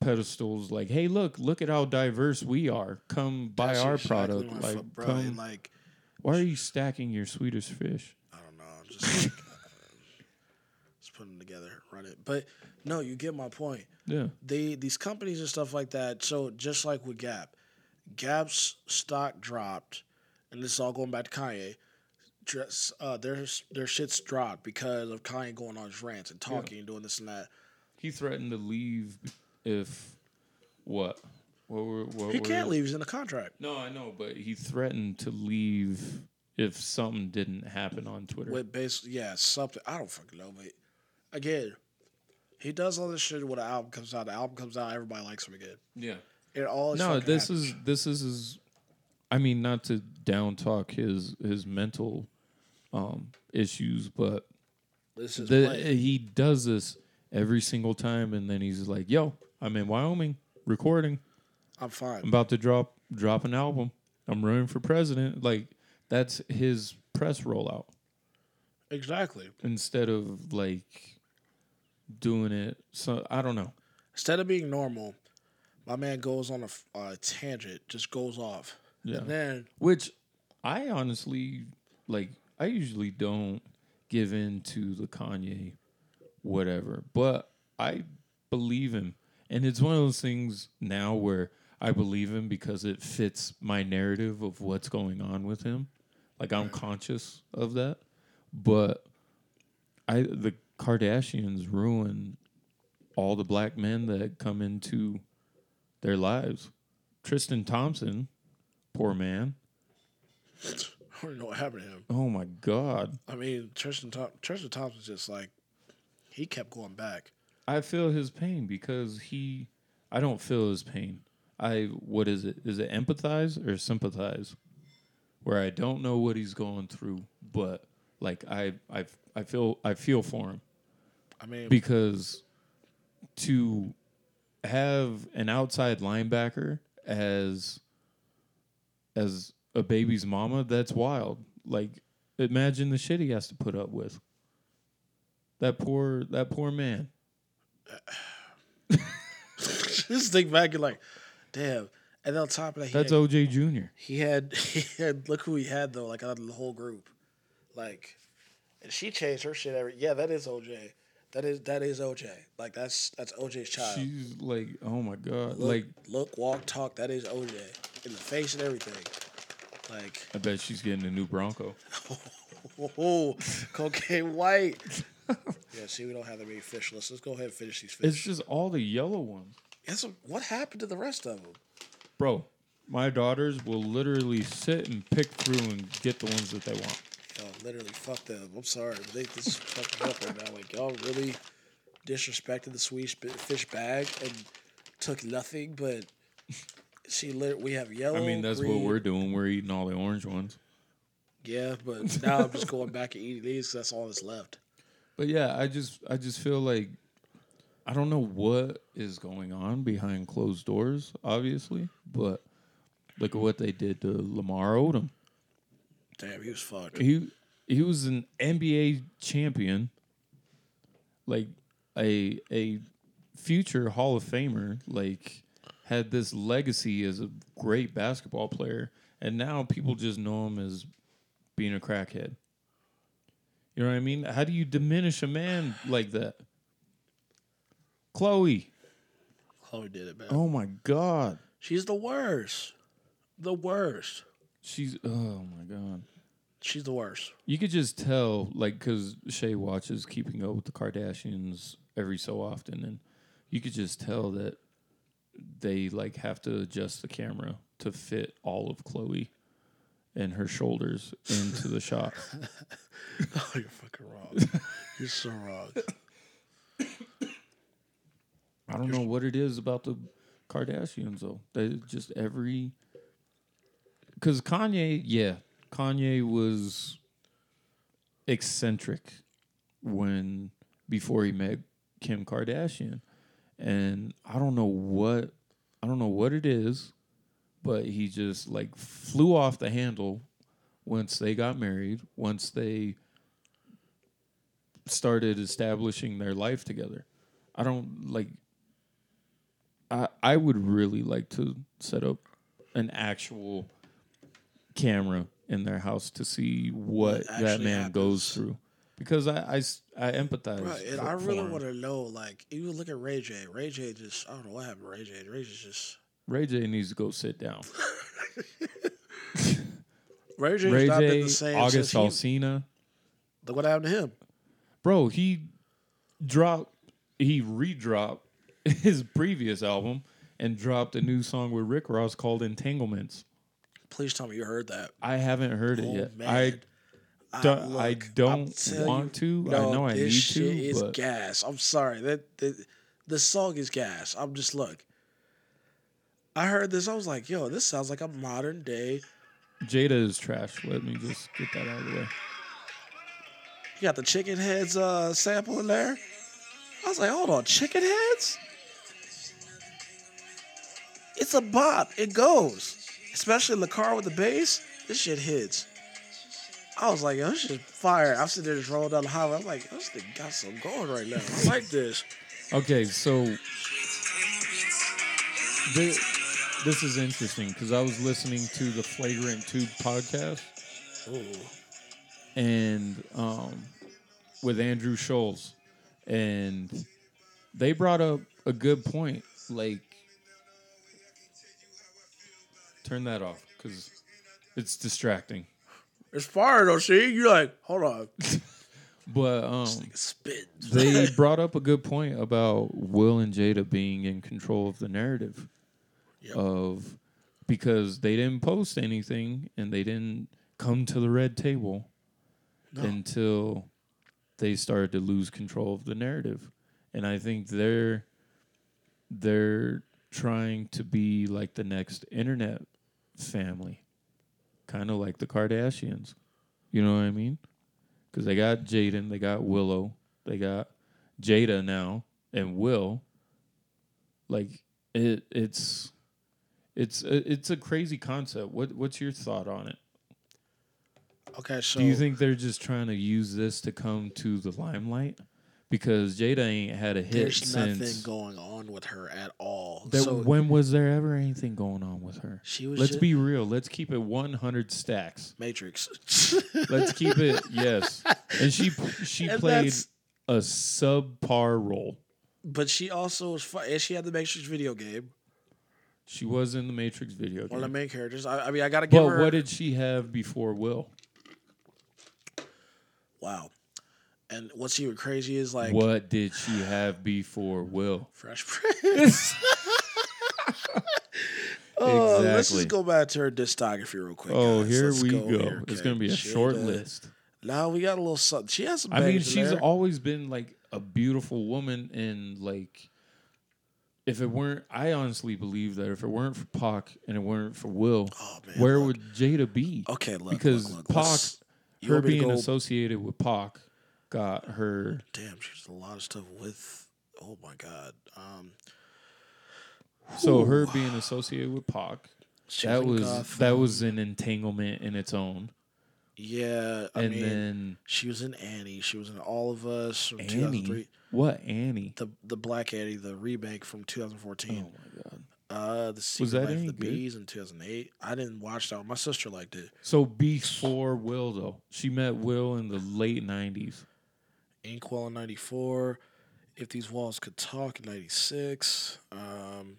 [SPEAKER 4] pedestals like hey look look at how diverse we are come buy
[SPEAKER 1] That's
[SPEAKER 4] our
[SPEAKER 1] exactly
[SPEAKER 4] product
[SPEAKER 1] my
[SPEAKER 4] like,
[SPEAKER 1] fu- bro,
[SPEAKER 4] come-
[SPEAKER 1] and like
[SPEAKER 4] why are you stacking your swedish fish
[SPEAKER 1] I don't know. I'm just like, uh, just putting them together, run it. But no, you get my point.
[SPEAKER 4] yeah
[SPEAKER 1] they these companies and stuff like that. So just like with Gap, Gap's stock dropped, and this is all going back to Kanye. Dress, uh, their their shit's dropped because of Kanye going on his rants and talking and doing this and that.
[SPEAKER 4] he threatened to leave if what what were what
[SPEAKER 1] He
[SPEAKER 4] were-
[SPEAKER 1] can't leave. He's in the contract.
[SPEAKER 4] No, I know, but he threatened to leave if something didn't happen on Twitter.
[SPEAKER 1] With base, yeah, something. I don't fucking know, but again, he does all this shit when the album comes out. The album comes out, everybody likes him again.
[SPEAKER 4] yeah.
[SPEAKER 1] It always
[SPEAKER 4] No,
[SPEAKER 1] fucking
[SPEAKER 4] this
[SPEAKER 1] happens.
[SPEAKER 4] is this is his I mean not to down talk his his mental um issues, but
[SPEAKER 1] this is
[SPEAKER 4] the,
[SPEAKER 1] play.
[SPEAKER 4] he does this every single time and then he's like, "Yo, I'm in Wyoming recording.
[SPEAKER 1] I'm
[SPEAKER 4] I'm
[SPEAKER 1] fine.
[SPEAKER 4] about to drop drop an album. I'm running for president." Like that's his press rollout.
[SPEAKER 1] Exactly.
[SPEAKER 4] instead of like doing it. So I don't know.
[SPEAKER 1] instead of being normal, my man goes on a f- a tangent, just goes off.
[SPEAKER 4] Yeah.
[SPEAKER 1] And then
[SPEAKER 4] Which I honestly like. I usually don't give in to the Kanye, whatever. But I believe him, and it's one of those things now where I believe him because it fits my narrative of what's going on with him. Like I'm conscious of that, but I the Kardashians ruin all the black men that come into their lives. Tristan Thompson, poor man.
[SPEAKER 1] I don't know what happened to him.
[SPEAKER 4] Oh my god.
[SPEAKER 1] I mean, Tristan Tom- Tristan Thompson's just like he kept going back.
[SPEAKER 4] I feel his pain because he. I don't feel his pain. I what is it? Is it empathize or sympathize? Where I don't know what he's going through, but like I I I feel I feel for him
[SPEAKER 1] I mean,
[SPEAKER 4] because to have an outside linebacker as as a baby's mama that's wild like imagine the shit he has to put up with that poor that poor man
[SPEAKER 1] just think back and like, damn. And then on top of that, he
[SPEAKER 4] that's
[SPEAKER 1] had,
[SPEAKER 4] OJ Jr.
[SPEAKER 1] he had he had look who he had though, like out of the whole group, like, and she changed her shit every. Yeah, that is OJ. That is that is OJ. Like that's that's OJ's child.
[SPEAKER 4] She's like oh my
[SPEAKER 1] look,
[SPEAKER 4] god like
[SPEAKER 1] look, walk, talk. That is OJ in the face and everything. Like,
[SPEAKER 4] I bet she's getting a new Bronco
[SPEAKER 1] oh, cocaine white. yeah, see, we don't have that many fish lists. Let's go ahead and finish these
[SPEAKER 4] it's
[SPEAKER 1] fish.
[SPEAKER 4] just all the yellow ones
[SPEAKER 1] That's what- what happened to the rest of them?
[SPEAKER 4] bro my daughters will literally sit and pick through and get the ones that they want
[SPEAKER 1] Yo, Oh, literally, fuck them. I'm sorry. but They this is fucking up right now. Like y'all really disrespected the Swedish bi- fish bag and took nothing. But see, lit- we have yellow.
[SPEAKER 4] I mean, that's what
[SPEAKER 1] green-
[SPEAKER 4] we're doing. We're eating all the orange ones.
[SPEAKER 1] Yeah, but now I'm just going back and eating these. 'cause that's all that's left.
[SPEAKER 4] But yeah, I just I just feel like I don't know what is going on behind closed doors, obviously, but look at what they did to Lamar Odom.
[SPEAKER 1] Damn, he was fucked.
[SPEAKER 4] He he was an NBA champion, like a a future Hall of Famer, like had this legacy as a great basketball player, and now people just know him as being a crackhead. You know what I mean? How do you diminish a man like that? Chloe.
[SPEAKER 1] Chloe did it, man.
[SPEAKER 4] Oh my god.
[SPEAKER 1] She's the worst. The worst.
[SPEAKER 4] She's oh my god.
[SPEAKER 1] She's the worst.
[SPEAKER 4] You could just tell, like, because Shay watches Keeping Up with the Kardashians every so often, and you could just tell that they like have to adjust the camera to fit all of Chloe and her shoulders into the shot.
[SPEAKER 1] Oh, you're fucking wrong. you're so wrong.
[SPEAKER 4] I don't know what it is about the Kardashians though. They just every because Kanye, yeah, Kanye was eccentric when before he met Kim Kardashian, and I don't know what I don't know what it is, but he just like flew off the handle once they got married. Once they started establishing their life together. I don't like I I would really like to set up an actual camera in their house to see what
[SPEAKER 1] What
[SPEAKER 4] that
[SPEAKER 1] actually
[SPEAKER 4] man goes
[SPEAKER 1] happens.
[SPEAKER 4] through because I I s- I empathize.
[SPEAKER 1] Right, and
[SPEAKER 4] for-
[SPEAKER 1] I
[SPEAKER 4] for
[SPEAKER 1] really
[SPEAKER 4] him.
[SPEAKER 1] want to know, like, even look at Ray J. Ray J. Just I don't know what happened. to Ray J. Ray J. Just
[SPEAKER 4] Ray J needs to go sit down.
[SPEAKER 1] Ray J's
[SPEAKER 4] Ray
[SPEAKER 1] not been
[SPEAKER 4] J,
[SPEAKER 1] the same
[SPEAKER 4] August
[SPEAKER 1] since he,
[SPEAKER 4] Alsina,
[SPEAKER 1] Look what happened to him.
[SPEAKER 4] bro, he dropped, he redropped his previous album and dropped a new song with Rick Ross called Entanglements.
[SPEAKER 1] Please tell me you heard that.
[SPEAKER 4] I haven't heard it
[SPEAKER 1] Oh,
[SPEAKER 4] yet.
[SPEAKER 1] man.
[SPEAKER 4] I don't,
[SPEAKER 1] look,
[SPEAKER 4] I
[SPEAKER 1] I'm
[SPEAKER 4] don't
[SPEAKER 1] telling you-
[SPEAKER 4] want to.
[SPEAKER 1] No,
[SPEAKER 4] I know I
[SPEAKER 1] this
[SPEAKER 4] need
[SPEAKER 1] shit
[SPEAKER 4] to,
[SPEAKER 1] is
[SPEAKER 4] but
[SPEAKER 1] gas. I'm sorry that the the song is gas. I'm just look. I heard this. I was like, yo, this sounds like a modern day.
[SPEAKER 4] Jada is trash. Let me just get that out of the way.
[SPEAKER 1] You got the chicken heads uh, sample in there. I was like, hold on, chicken heads? It's a bop. It goes. Especially in the car with the bass. This shit hits. I was like, yo, this shit fire. I'm sitting there just rolling down the highway. I'm like, this thing got some going right now. I like this.
[SPEAKER 4] Okay, so thi- this is interesting because I was listening to the Flagrant Tube podcast
[SPEAKER 1] Ooh.
[SPEAKER 4] and um, with Andrew Scholes, and they brought up a good point. Like, turn that off because it's distracting.
[SPEAKER 1] It's fire though, see? You're like, hold on.
[SPEAKER 4] But um,
[SPEAKER 1] Spit.
[SPEAKER 4] they brought up a good point about Will and Jada being in control of the narrative
[SPEAKER 1] Yep.
[SPEAKER 4] of because they didn't post anything and they didn't come to the red table until they started to lose control of the narrative and I think they're they're trying to be like the next internet family, kind of like the Kardashians. You know what I mean? Because they got Jaden, they got Willow, they got Jada now, and Will. Like it, it's it's a, it's a crazy concept. What what's your thought on it?
[SPEAKER 1] Okay, so
[SPEAKER 4] Do you think they're just trying to use this to come to the limelight? Because Jada ain't had a hit
[SPEAKER 1] there's
[SPEAKER 4] since.
[SPEAKER 1] nothing going on with her at all?
[SPEAKER 4] There-
[SPEAKER 1] so
[SPEAKER 4] when was there ever anything going on with her?
[SPEAKER 1] She was
[SPEAKER 4] Let's
[SPEAKER 1] ju-
[SPEAKER 4] be real. Let's keep it 100 stacks.
[SPEAKER 1] Matrix.
[SPEAKER 4] Let's keep it yes. And she she
[SPEAKER 1] And
[SPEAKER 4] played
[SPEAKER 1] that's-
[SPEAKER 4] a subpar role.
[SPEAKER 1] but she also was fu- and she had the Matrix video game.
[SPEAKER 4] She was in the Matrix video
[SPEAKER 1] One of
[SPEAKER 4] game.
[SPEAKER 1] the main characters. I, I mean, I gotta give
[SPEAKER 4] Mm. But
[SPEAKER 1] her.
[SPEAKER 4] what did she have before Will?
[SPEAKER 1] wow. And what's even crazy is like
[SPEAKER 4] What did she have before Will?
[SPEAKER 1] Fresh Prince. Oh, let's
[SPEAKER 4] Exactly.
[SPEAKER 1] just go back to her discography real quick.
[SPEAKER 4] Oh,
[SPEAKER 1] guys.
[SPEAKER 4] here
[SPEAKER 1] Let's
[SPEAKER 4] we go.
[SPEAKER 1] here,
[SPEAKER 4] it's
[SPEAKER 1] okay.
[SPEAKER 4] gonna be a
[SPEAKER 1] She
[SPEAKER 4] short
[SPEAKER 1] did-
[SPEAKER 4] list.
[SPEAKER 1] No, we got a little something. She has some.
[SPEAKER 4] I mean,
[SPEAKER 1] bangers in
[SPEAKER 4] she's
[SPEAKER 1] there.
[SPEAKER 4] always been like a beautiful woman, and like, if it weren't, I honestly believe that if it weren't for Pac and it weren't for Will,
[SPEAKER 1] Oh, man,
[SPEAKER 4] where
[SPEAKER 1] look.
[SPEAKER 4] would Jada be?
[SPEAKER 1] Okay, look, look,
[SPEAKER 4] because
[SPEAKER 1] look,
[SPEAKER 4] Pac,
[SPEAKER 1] let's- you
[SPEAKER 4] her
[SPEAKER 1] want me to
[SPEAKER 4] being
[SPEAKER 1] go-
[SPEAKER 4] associated with Pac, got her.
[SPEAKER 1] Damn, she does a lot of stuff with. Oh my God. Um,
[SPEAKER 4] So her being associated with Pac,
[SPEAKER 1] she
[SPEAKER 4] that
[SPEAKER 1] in
[SPEAKER 4] was
[SPEAKER 1] Gotham.
[SPEAKER 4] that was an entanglement in its own,
[SPEAKER 1] Yeah, I
[SPEAKER 4] and
[SPEAKER 1] mean,
[SPEAKER 4] then
[SPEAKER 1] she was in Annie. She was in All of Us from
[SPEAKER 4] Annie,
[SPEAKER 1] 2003.
[SPEAKER 4] what Annie?
[SPEAKER 1] The the Black Annie, the remake from 2014.
[SPEAKER 4] oh my god.
[SPEAKER 1] Uh, the Secret
[SPEAKER 4] that
[SPEAKER 1] Life of
[SPEAKER 4] any
[SPEAKER 1] the
[SPEAKER 4] good?
[SPEAKER 1] Bees in 2008. I didn't watch that one. My sister liked it.
[SPEAKER 4] So before Will though, she met Will in the late nineties.
[SPEAKER 1] Inkwell in 94. If These Walls Could Talk in 96. Um,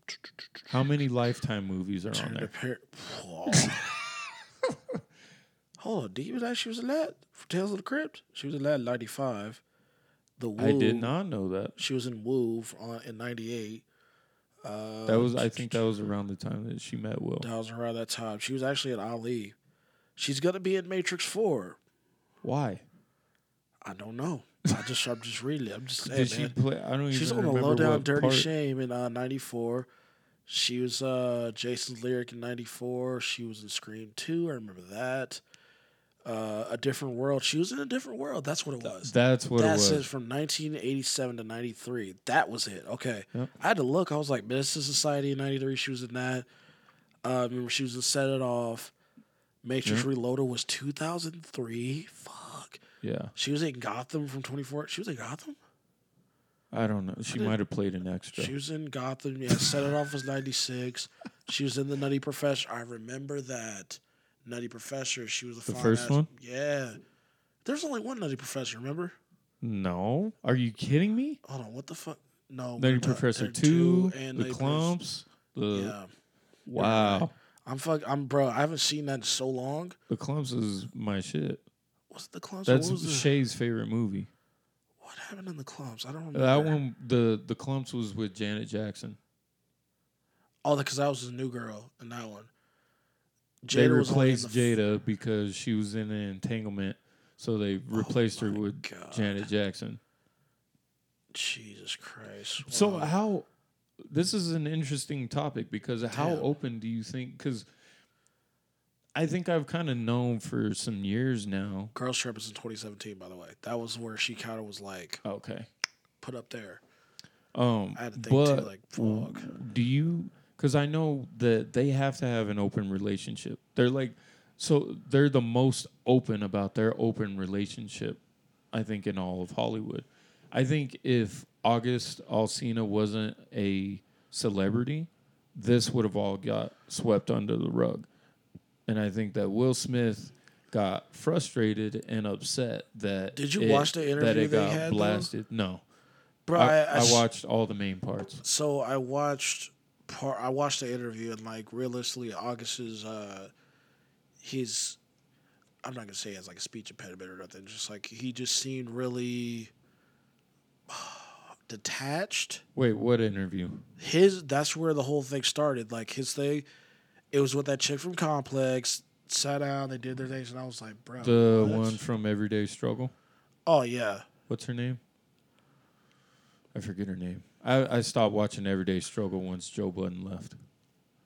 [SPEAKER 4] How many Lifetime movies are on
[SPEAKER 1] Turn to
[SPEAKER 4] there?
[SPEAKER 1] Par- Whoa. Hold on, did you realize she was in that? For Tales of the Crypt? She was in that in 95. The Woo.
[SPEAKER 4] I did not know that.
[SPEAKER 1] She was in Woo for- uh, in Um, 98.
[SPEAKER 4] That was I think that was around the time that she met Will.
[SPEAKER 1] That was around that time. She was actually in Ali. She's going to be in Matrix 4.
[SPEAKER 4] Why?
[SPEAKER 1] I don't know. I just, I'm just reading it. I'm just saying,
[SPEAKER 4] Did she
[SPEAKER 1] man.
[SPEAKER 4] play I don't even
[SPEAKER 1] She's on a
[SPEAKER 4] remember
[SPEAKER 1] low down
[SPEAKER 4] what
[SPEAKER 1] dirty
[SPEAKER 4] part.
[SPEAKER 1] shame in uh, '94. She was uh, Jason's lyric in '94. She was in Scream Two. I remember that. Uh, a different world. She was in a different world. That's what it was.
[SPEAKER 4] That's what
[SPEAKER 1] That's
[SPEAKER 4] it
[SPEAKER 1] it
[SPEAKER 4] was.
[SPEAKER 1] from 1987 to 93. That was it. Okay.
[SPEAKER 4] Yep.
[SPEAKER 1] I had to look. I was like, Minister Society in 93. She was in that. Uh, I remember she was in Set It Off. Matrix Reloaded was 2003. Fuck.
[SPEAKER 4] Yeah.
[SPEAKER 1] She was in Gotham from 24. She was in Gotham?
[SPEAKER 4] I don't know. She might have played an extra.
[SPEAKER 1] She was in Gotham. Yeah, set it off was '96. She was in the Nutty Professor. I remember that Nutty Professor. She was the, fine
[SPEAKER 4] first
[SPEAKER 1] ass-
[SPEAKER 4] one?
[SPEAKER 1] Yeah, there's only one Nutty Professor. Remember?
[SPEAKER 4] No. Are you kidding me?
[SPEAKER 1] Hold on, what the fuck? No,
[SPEAKER 4] Nutty
[SPEAKER 1] we're done.
[SPEAKER 4] Professor
[SPEAKER 1] There are
[SPEAKER 4] Two,
[SPEAKER 1] and
[SPEAKER 4] the
[SPEAKER 1] Nutty Prof-
[SPEAKER 4] clumps, the
[SPEAKER 1] Yeah,
[SPEAKER 4] wow.
[SPEAKER 1] I'm fuck. I'm bro. I haven't seen that in so long.
[SPEAKER 4] The clumps is my shit.
[SPEAKER 1] What's the clumps?
[SPEAKER 4] That's
[SPEAKER 1] what was the,
[SPEAKER 4] Shay's favorite movie.
[SPEAKER 1] What happened in the clumps? I don't remember.
[SPEAKER 4] That one, the the clumps was with Janet Jackson.
[SPEAKER 1] Oh, because that was the new girl in that one.
[SPEAKER 4] they
[SPEAKER 1] was only in
[SPEAKER 4] replaced
[SPEAKER 1] the f- Oh
[SPEAKER 4] Jada because she was in an entanglement, so they replaced her
[SPEAKER 1] my
[SPEAKER 4] with
[SPEAKER 1] God.
[SPEAKER 4] Janet Jackson.
[SPEAKER 1] Jesus Christ.
[SPEAKER 4] So
[SPEAKER 1] Wow.
[SPEAKER 4] how? This is an interesting topic because how
[SPEAKER 1] Damn.
[SPEAKER 4] open do you think? Because I think I've kind of known for some years now.
[SPEAKER 1] Girls Trip is in 2017, by the way. That was where she kind of was like
[SPEAKER 4] Okay.
[SPEAKER 1] put up there.
[SPEAKER 4] Um,
[SPEAKER 1] I had to think
[SPEAKER 4] but
[SPEAKER 1] too, like fuck.
[SPEAKER 4] do you? Because I know that they have to have an open relationship. They're like, so they're the most open about their open relationship. I think in all of Hollywood, I think if August Alsina wasn't a celebrity, this would have all got swept under the rug. And I think that Will Smith got frustrated and upset that
[SPEAKER 1] Did you watch the
[SPEAKER 4] that
[SPEAKER 1] interview they
[SPEAKER 4] it got
[SPEAKER 1] had, though?
[SPEAKER 4] blasted? No.
[SPEAKER 1] Bro,
[SPEAKER 4] I,
[SPEAKER 1] I,
[SPEAKER 4] I
[SPEAKER 1] s-
[SPEAKER 4] watched all the main parts.
[SPEAKER 1] So I watched part. I watched the interview and like realistically, August's uh, he's. I'm not gonna say he has like a speech impediment or nothing. Just like he just seemed really detached.
[SPEAKER 4] Wait, what interview?
[SPEAKER 1] his that's where the whole thing started. Like his thing, it was with that chick from Complex. Sat down, they did their things, and I was like, bro.
[SPEAKER 4] The
[SPEAKER 1] what?
[SPEAKER 4] one from Everyday Struggle.
[SPEAKER 1] Oh yeah,
[SPEAKER 4] What's her name? I I forget her name. I, I stopped watching Everyday Struggle once Joe Budden left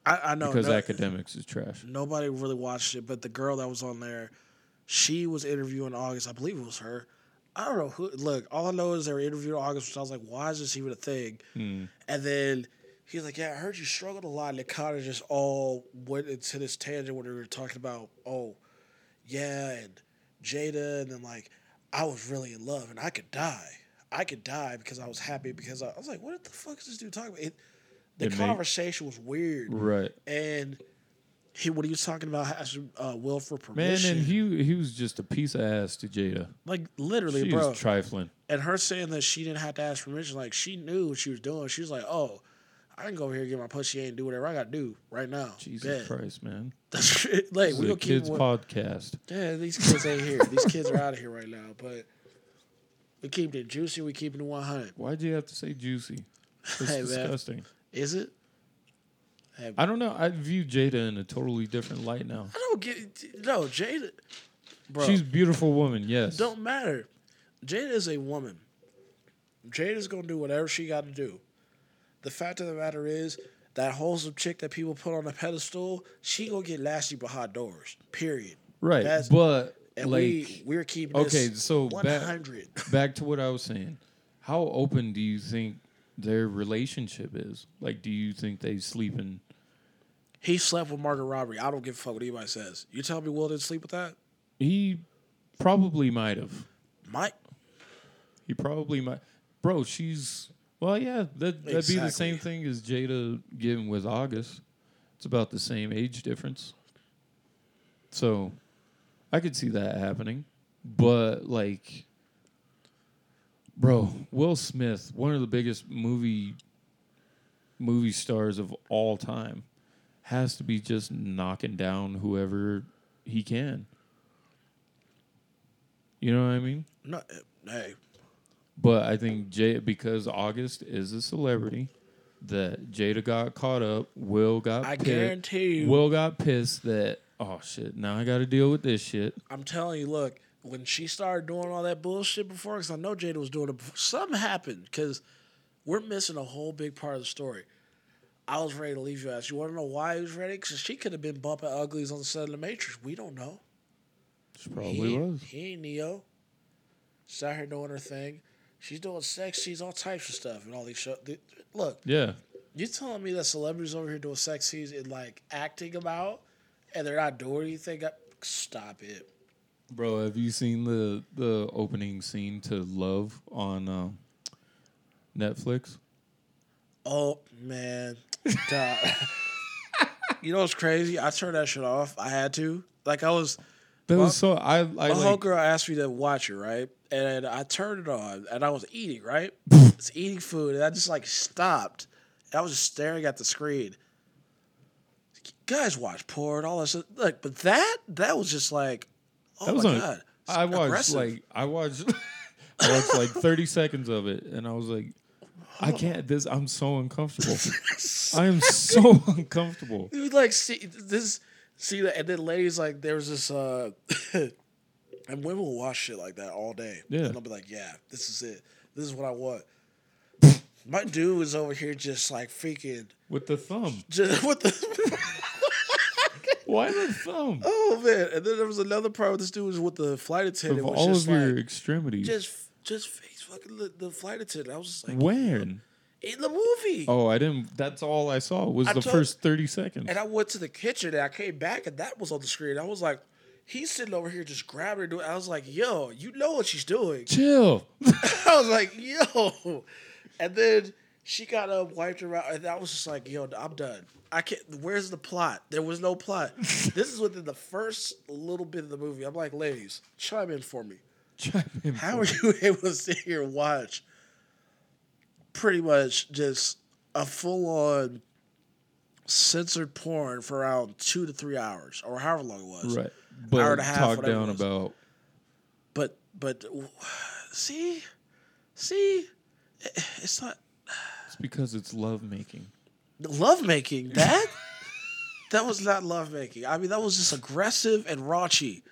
[SPEAKER 1] I, I know
[SPEAKER 4] because
[SPEAKER 1] Oh, no-
[SPEAKER 4] academics is trash.
[SPEAKER 1] nobody really watched it, but the girl that was on there, she was interviewing August. I believe it was her. I don't know who. Look, all I know is they were interviewing August, which I was like, why is this even a thing? And then he's like, yeah, I heard you struggled a lot. And it kind of just all went into this tangent where they were talking about, oh, yeah, and Jada, and then like, I was really in love and I could die. I could die because I was happy because I, I was like, what the fuck is this dude talking about? It, the
[SPEAKER 4] It made-
[SPEAKER 1] conversation was weird
[SPEAKER 4] Right,
[SPEAKER 1] and he what he was talking about asking uh, Will for
[SPEAKER 4] man.
[SPEAKER 1] permission.
[SPEAKER 4] And he he was just a piece of ass to Jada.
[SPEAKER 1] like literally,
[SPEAKER 4] She
[SPEAKER 1] bro.
[SPEAKER 4] was trifling.
[SPEAKER 1] and her saying that she didn't have to ask permission, like she knew what she was doing. She was like, "Oh, I can go over here and get my pussy and do whatever I got to do right now."
[SPEAKER 4] Jesus
[SPEAKER 1] Bet.
[SPEAKER 4] Christ, man.
[SPEAKER 1] like
[SPEAKER 4] This
[SPEAKER 1] we
[SPEAKER 4] is a
[SPEAKER 1] gonna keep.
[SPEAKER 4] kids
[SPEAKER 1] One,
[SPEAKER 4] podcast.
[SPEAKER 1] yeah, these kids ain't here. these kids are out of here right now, but. We keep it juicy. We keep it 100.
[SPEAKER 4] Why'd you have to say juicy? It's
[SPEAKER 1] Hey, man.
[SPEAKER 4] disgusting.
[SPEAKER 1] Is it? Hey,
[SPEAKER 4] I don't know. I view Jada in a totally different light now.
[SPEAKER 1] I don't get it. No, Jada. Bro.
[SPEAKER 4] She's a beautiful woman, yes.
[SPEAKER 1] don't matter. Jada is a woman. Jada's gonna do whatever she got to do. The fact of the matter is that wholesome chick that people put on a pedestal, she gonna get lashy behind doors. Period.
[SPEAKER 4] right,
[SPEAKER 1] that's-
[SPEAKER 4] but
[SPEAKER 1] And
[SPEAKER 4] like
[SPEAKER 1] we we're keeping
[SPEAKER 4] okay,
[SPEAKER 1] this
[SPEAKER 4] so
[SPEAKER 1] one
[SPEAKER 4] back,
[SPEAKER 1] hundred.
[SPEAKER 4] back to what I was saying. How open do you think their relationship is? Like, do you think they sleep in?
[SPEAKER 1] He slept with Margaret Robbery. I don't give a fuck what anybody says. You tell me Will didn't sleep with that?
[SPEAKER 4] He probably might have.
[SPEAKER 1] Mike,
[SPEAKER 4] He probably might. Bro, she's well, yeah. That that'd be
[SPEAKER 1] Exactly.
[SPEAKER 4] the same thing as Jada getting with August. It's about the same age difference. So, I could see that happening, but like, bro, Will Smith, one of the biggest movie movie stars of all time, has to be just knocking down whoever he can. You know what I mean?
[SPEAKER 1] no, eh, hey,
[SPEAKER 4] But I think Jay because August is a celebrity, that Jada got caught up. Will got
[SPEAKER 1] I
[SPEAKER 4] pissed.
[SPEAKER 1] guarantee you-
[SPEAKER 4] Will got pissed that oh shit, now I got to deal with this shit.
[SPEAKER 1] I'm telling you, look, when she started doing all that bullshit before, because I know Jada was doing it before, something happened because we're missing a whole big part of the story. I was ready to leave your ass. You want to know why he was ready? Because she could have been bumping uglies on the set of The Matrix. We don't know.
[SPEAKER 4] She
[SPEAKER 1] he,
[SPEAKER 4] probably was.
[SPEAKER 1] He ain't Neo. She's out here doing her thing. She's doing sex. She's all types of stuff and all these shows. Look,
[SPEAKER 4] Yeah,
[SPEAKER 1] you telling me that celebrities over here doing sex scenes and like acting about, and they're not doing anything? Stop it.
[SPEAKER 4] bro. Have you seen the the opening scene to Love on um, Netflix?
[SPEAKER 1] Oh man, Duh. you know what's crazy? I turned that shit off. I had to. Like I was,
[SPEAKER 4] That was so I I
[SPEAKER 1] my whole
[SPEAKER 4] like
[SPEAKER 1] girl asked me to watch it, right? And I turned it on, and I was eating, right? it's eating food, and I just like stopped. And I was just staring at the screen. Guys watch porn, all this. Like, but that that was just like, oh
[SPEAKER 4] that was
[SPEAKER 1] my
[SPEAKER 4] on.
[SPEAKER 1] god, It's
[SPEAKER 4] I watched
[SPEAKER 1] aggressive.
[SPEAKER 4] like I watched I watched like thirty seconds of it, and I was like. I can't. This I'm so uncomfortable. I am so uncomfortable.
[SPEAKER 1] It was like see this see that and then ladies like there was this uh and women will watch shit like that all day.
[SPEAKER 4] Yeah.
[SPEAKER 1] And I'll be like, Yeah, this is it. This is what I want. My dude was over here just like freaking
[SPEAKER 4] With the thumb.
[SPEAKER 1] just what the
[SPEAKER 4] Why the thumb?
[SPEAKER 1] Oh man. And then there was another part where this dude was with the flight attendant
[SPEAKER 4] Of
[SPEAKER 1] was
[SPEAKER 4] all
[SPEAKER 1] just
[SPEAKER 4] of your
[SPEAKER 1] like
[SPEAKER 4] extremities.
[SPEAKER 1] just just face fucking the, the flight attendant. I was just like
[SPEAKER 4] when?
[SPEAKER 1] in the movie.
[SPEAKER 4] Oh, I didn't. That's all I saw was
[SPEAKER 1] I
[SPEAKER 4] the
[SPEAKER 1] told-
[SPEAKER 4] first 30 seconds.
[SPEAKER 1] And I went to the kitchen and I came back and that was on the screen. I was like, he's sitting over here just grabbing her. doing- I was like, yo, you know what she's doing.
[SPEAKER 4] Chill.
[SPEAKER 1] I was like, yo. And then she got up, wiped her out, and I was just like, yo, I'm done. I can't. Where's the plot? There was no plot. this is within the first little bit of the movie. I'm like, ladies, chime in for me.
[SPEAKER 4] Chime in.
[SPEAKER 1] How are you able to sit here and watch pretty much just a full on censored porn for around two to three hours or however long it was?
[SPEAKER 4] Right. But
[SPEAKER 1] Hour and a half,
[SPEAKER 4] talk
[SPEAKER 1] whatever it
[SPEAKER 4] down
[SPEAKER 1] was.
[SPEAKER 4] about.
[SPEAKER 1] But but see, see, it's not
[SPEAKER 4] It's because it's love making.
[SPEAKER 1] lovemaking. That that was not lovemaking. I mean, that was just aggressive and raunchy.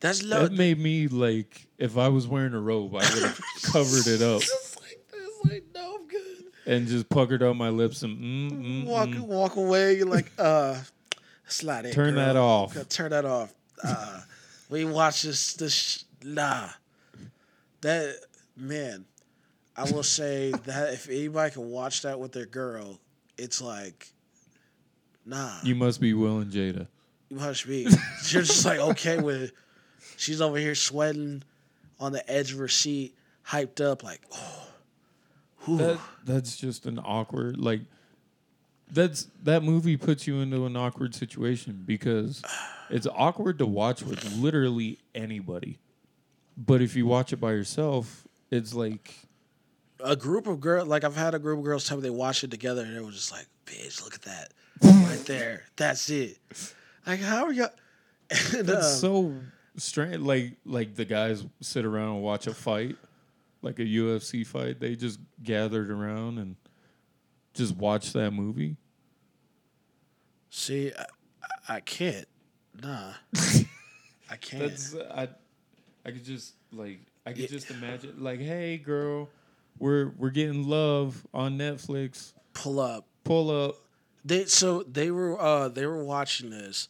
[SPEAKER 1] That's love.
[SPEAKER 4] That made me like, if I was wearing a robe, I would have covered it up.
[SPEAKER 1] It's like, it's like no
[SPEAKER 4] and just puckered out my lips and mm, mm,
[SPEAKER 1] Walk
[SPEAKER 4] mm.
[SPEAKER 1] walk away. You're like, uh, slide it.
[SPEAKER 4] Turn
[SPEAKER 1] girl.
[SPEAKER 4] that off.
[SPEAKER 1] Gotta Turn that off. Uh, we watch this. This sh- nah. That man, I will say that if anybody can watch that with their girl, it's like, nah.
[SPEAKER 4] You must be Will and Jada.
[SPEAKER 1] You hush me. You're just like okay with it. She's over here sweating on the edge of her seat, hyped up, like, oh, whew.
[SPEAKER 4] That that's just an awkward like. That's that movie puts you into an awkward situation because it's awkward to watch with literally anybody, but if you watch it by yourself, it's like
[SPEAKER 1] a group of girls, like I've had a group of girls tell me they watched it together and they were just like, bitch, look at that. right there. That's it. Like, how are y'all? And,
[SPEAKER 4] That's
[SPEAKER 1] um,
[SPEAKER 4] so strange. Like like the guys sit around and watch a fight, like a UFC fight. They just gathered around and just watched that movie.
[SPEAKER 1] see, I, I- I can't. Nah. I can't.
[SPEAKER 4] That's I. I could just like I could just imagine like, hey girl, we're we're getting love on Netflix.
[SPEAKER 1] Pull up.
[SPEAKER 4] Pull up.
[SPEAKER 1] They so they were uh they were watching this,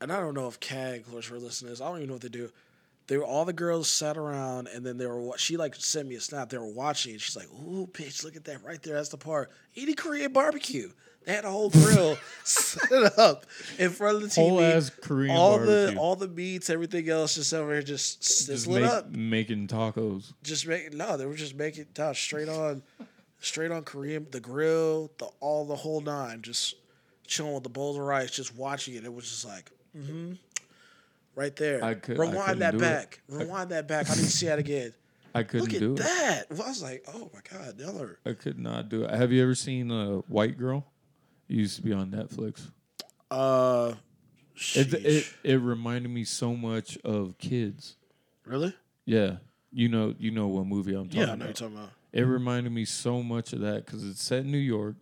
[SPEAKER 1] and I don't know if Cag, of course, were listening to this. I don't even know what they do. They were all the girls sat around, and then they were. wa- She like sent me a snap. They were watching. And she's like, "Ooh, bitch, look at that right there. That's the part eating Korean barbecue." They had a whole grill set up in front of the TV.
[SPEAKER 4] Whole ass Korean
[SPEAKER 1] all
[SPEAKER 4] barbecue.
[SPEAKER 1] the all the meats, everything else, just over here, just
[SPEAKER 4] just
[SPEAKER 1] sizzling
[SPEAKER 4] make,
[SPEAKER 1] up.
[SPEAKER 4] making tacos.
[SPEAKER 1] Just making no, they were just making no, straight on, straight on Korean the grill, the all the whole nine, just chilling with the bowls of rice, just watching it. It was just like, mm-hmm, right there.
[SPEAKER 4] I could- I
[SPEAKER 1] rewind
[SPEAKER 4] couldn't
[SPEAKER 1] that
[SPEAKER 4] do it.
[SPEAKER 1] back, rewind that back. I need to see that again.
[SPEAKER 4] I couldn't
[SPEAKER 1] Look at
[SPEAKER 4] do it.
[SPEAKER 1] that. Well, I was like, oh my god, the other.
[SPEAKER 4] I could not do it. Have you ever seen a White Girl? It used to be on Netflix.
[SPEAKER 1] Uh,
[SPEAKER 4] It, it
[SPEAKER 1] sheesh.
[SPEAKER 4] it reminded me so much of Kids.
[SPEAKER 1] really?
[SPEAKER 4] Yeah, you know you know what movie I'm talking
[SPEAKER 1] Yeah, I know
[SPEAKER 4] about.
[SPEAKER 1] you're talking about.
[SPEAKER 4] it reminded me so much of that because it's set in New York.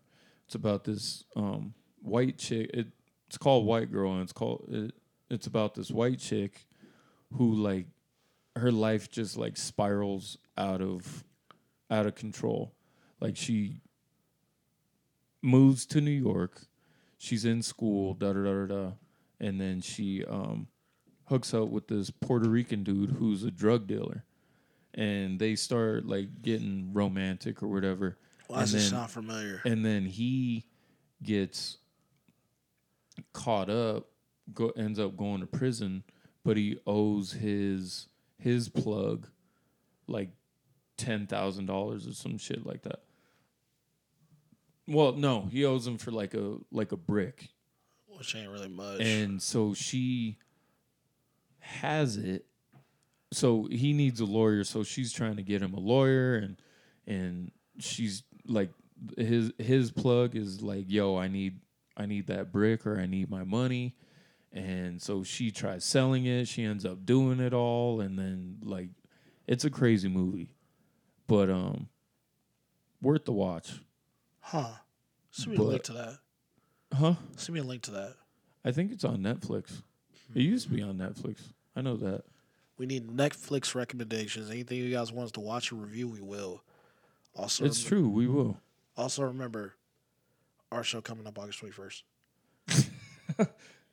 [SPEAKER 4] It's about this um, white chick. It, it's called White Girl, and it's called it, it's about this white chick who like her life just like spirals out of out of control. Like she moves to New York. She's in school, da da da da da, and then she um, hooks up with this Puerto Rican dude who's a drug dealer, and they start like getting romantic or whatever.
[SPEAKER 1] Why does
[SPEAKER 4] and
[SPEAKER 1] this
[SPEAKER 4] then-
[SPEAKER 1] sound familiar?
[SPEAKER 4] and then he gets caught up, go, ends up going to prison, but he owes his his plug like ten thousand dollars or some shit like that. Well, no, he owes him for like a like a brick,
[SPEAKER 1] Which ain't really much.
[SPEAKER 4] and so she has it. So he needs a lawyer. So she's trying to get him a lawyer, and and she's like, his his plug is like, yo, I need I need that brick or I need my money, and so she tries selling it. She ends up doing it all, and then like, it's a crazy movie, but um, worth the watch,
[SPEAKER 1] huh? Send me a link
[SPEAKER 4] but-
[SPEAKER 1] to that.
[SPEAKER 4] huh?
[SPEAKER 1] Send me a link to that.
[SPEAKER 4] I think it's on Netflix. It used to be on Netflix. I know that.
[SPEAKER 1] We need Netflix recommendations. Anything you guys want us to watch and review, we will. Also,
[SPEAKER 4] It's
[SPEAKER 1] remem-
[SPEAKER 4] true. We will.
[SPEAKER 1] Also, remember our show coming up August twenty first.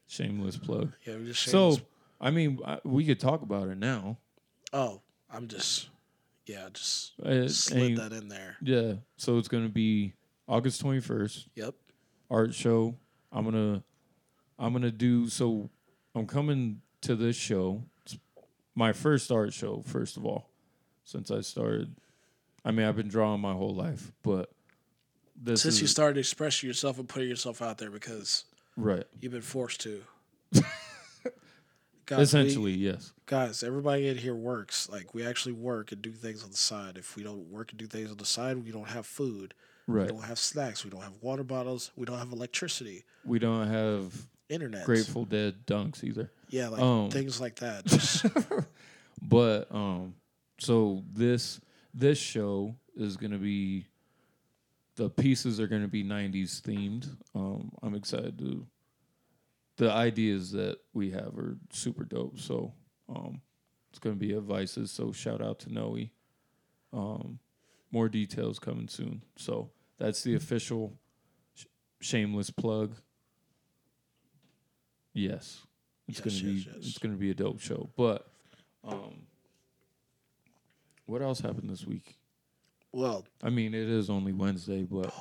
[SPEAKER 4] Shameless plug.
[SPEAKER 1] Yeah, we just
[SPEAKER 4] So,
[SPEAKER 1] shameless-
[SPEAKER 4] I mean, I, we could talk about it now.
[SPEAKER 1] Oh, I'm just yeah, I just
[SPEAKER 4] It
[SPEAKER 1] slid
[SPEAKER 4] ain't-
[SPEAKER 1] that in there.
[SPEAKER 4] Yeah. So it's gonna be August twenty first,
[SPEAKER 1] Yep.
[SPEAKER 4] art show. I'm gonna, I'm gonna do. So, I'm coming to this show. It's my first art show, first of all, since I started. I mean, I've been drawing my whole life, but this
[SPEAKER 1] Since
[SPEAKER 4] is
[SPEAKER 1] you started expressing yourself and putting yourself out there because
[SPEAKER 4] right.
[SPEAKER 1] you've been forced to. guys, we-
[SPEAKER 4] Essentially, yes.
[SPEAKER 1] guys, everybody in here works. Like we actually work and do things on the side. If we don't work and do things on the side, we don't have food.
[SPEAKER 4] Right.
[SPEAKER 1] We don't have snacks. We don't have water bottles. We don't have electricity.
[SPEAKER 4] We don't have
[SPEAKER 1] Internet.
[SPEAKER 4] Grateful Dead dunks either.
[SPEAKER 1] Yeah, like
[SPEAKER 4] Um,
[SPEAKER 1] things like that. Just,
[SPEAKER 4] But um so this this show is going to be the pieces are going to be 90s themed. Um I'm excited to the ideas that we have are super dope. So um it's going to be at Vices, so shout out to Noe. Um more details coming soon. So That's the official sh- shameless plug. Yes,
[SPEAKER 1] Yes,
[SPEAKER 4] it's gonna be
[SPEAKER 1] yes, yes.
[SPEAKER 4] it's gonna be a dope show. But um, what else happened this week?
[SPEAKER 1] Well,
[SPEAKER 4] I mean, it is only Wednesday, but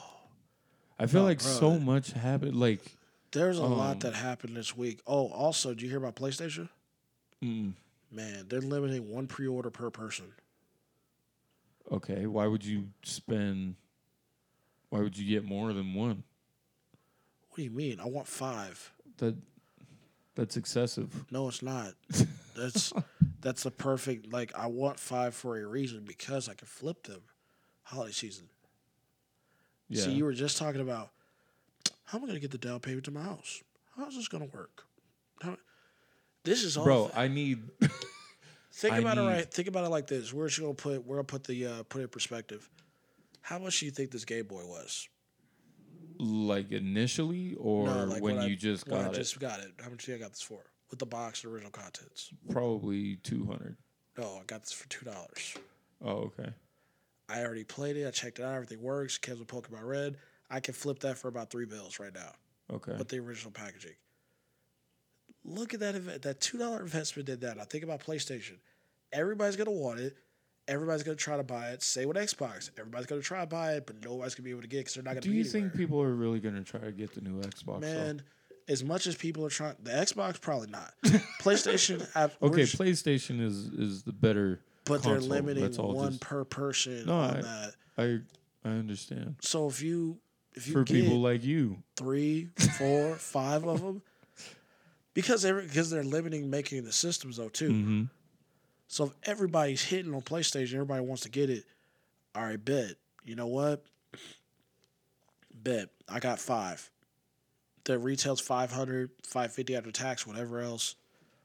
[SPEAKER 4] I feel
[SPEAKER 1] No,
[SPEAKER 4] like
[SPEAKER 1] bro,
[SPEAKER 4] so
[SPEAKER 1] it-
[SPEAKER 4] much happened. Like,
[SPEAKER 1] there's a
[SPEAKER 4] Um,
[SPEAKER 1] lot that happened this week. Oh, also, do you hear about PlayStation?
[SPEAKER 4] mm,
[SPEAKER 1] Man, they're limiting one pre-order per person.
[SPEAKER 4] okay, why would you spend? Why would you get more than one?
[SPEAKER 1] What do you mean? I want five.
[SPEAKER 4] That that's excessive.
[SPEAKER 1] No, it's not. That's that's the perfect. Like I want five for a reason because I can flip them. Holiday season.
[SPEAKER 4] Yeah.
[SPEAKER 1] See, you were just talking about how am I going to get the down payment to my house? How's this going to work? How, this is all.
[SPEAKER 4] bro, I need.
[SPEAKER 1] think
[SPEAKER 4] I
[SPEAKER 1] about it
[SPEAKER 4] need-
[SPEAKER 1] right. Think about it like this. We're just going to put. We're going to put the uh, put it in perspective. How much do you think this Game Boy was?
[SPEAKER 4] like initially or
[SPEAKER 1] No, like
[SPEAKER 4] when,
[SPEAKER 1] I-
[SPEAKER 4] you just
[SPEAKER 1] when I
[SPEAKER 4] got it
[SPEAKER 1] just got it. How much do you think I got this for? With the box and original contents.
[SPEAKER 4] probably 200
[SPEAKER 1] No, I got this for two dollars.
[SPEAKER 4] oh okay
[SPEAKER 1] I already played it. I checked it out. Everything works. Kids with Pokemon Red. I can flip that for about three bills right now
[SPEAKER 4] okay
[SPEAKER 1] with the original packaging. Look at that event. That two dollar investment did that. I think about PlayStation. Everybody's gonna want it. Everybody's gonna try to buy it. Say with Xbox. Everybody's gonna try to buy it, but nobody's gonna be able to get it because they're not gonna.
[SPEAKER 4] do
[SPEAKER 1] be
[SPEAKER 4] you think
[SPEAKER 1] anywhere.
[SPEAKER 4] people are really going to try to get the new xbox though?
[SPEAKER 1] man? As much as people are trying, the Xbox probably not. PlayStation, I've, we're
[SPEAKER 4] okay
[SPEAKER 1] sh-
[SPEAKER 4] playstation is is the better
[SPEAKER 1] but they're
[SPEAKER 4] console.
[SPEAKER 1] limiting
[SPEAKER 4] Let's all
[SPEAKER 1] one
[SPEAKER 4] just-
[SPEAKER 1] per person
[SPEAKER 4] No,
[SPEAKER 1] on
[SPEAKER 4] I-
[SPEAKER 1] that.
[SPEAKER 4] i i understand
[SPEAKER 1] So if you if you
[SPEAKER 4] for
[SPEAKER 1] get,
[SPEAKER 4] people like you
[SPEAKER 1] three, four, five of them. Because every, because they're limiting making the systems though too.
[SPEAKER 4] hmm
[SPEAKER 1] So if everybody's hitting on PlayStation, everybody wants to get it. All right, bet. You know what? Bet I got five. The retail's 500, 550 after tax, whatever else,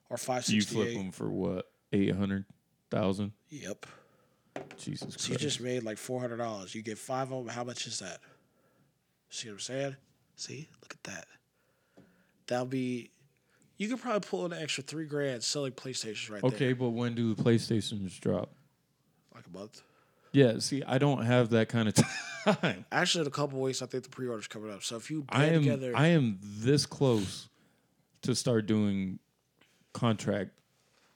[SPEAKER 1] or five
[SPEAKER 4] you flip
[SPEAKER 1] sixty eight.
[SPEAKER 4] them for what 800000
[SPEAKER 1] Yep.
[SPEAKER 4] jesus
[SPEAKER 1] So
[SPEAKER 4] christ
[SPEAKER 1] you just made like four hundred dollars. You get five of them. How much is that? See what I'm saying? See, look at that. That'll be. You could probably pull an extra three grand selling PlayStations right
[SPEAKER 4] okay
[SPEAKER 1] there.
[SPEAKER 4] but when do the playstations drop
[SPEAKER 1] Like a month.
[SPEAKER 4] yeah see i don't have that kind of time
[SPEAKER 1] Actually, in a couple weeks, I think the pre-order's coming up. So if you
[SPEAKER 4] I
[SPEAKER 1] buy
[SPEAKER 4] am
[SPEAKER 1] together,
[SPEAKER 4] I am this close to start doing contract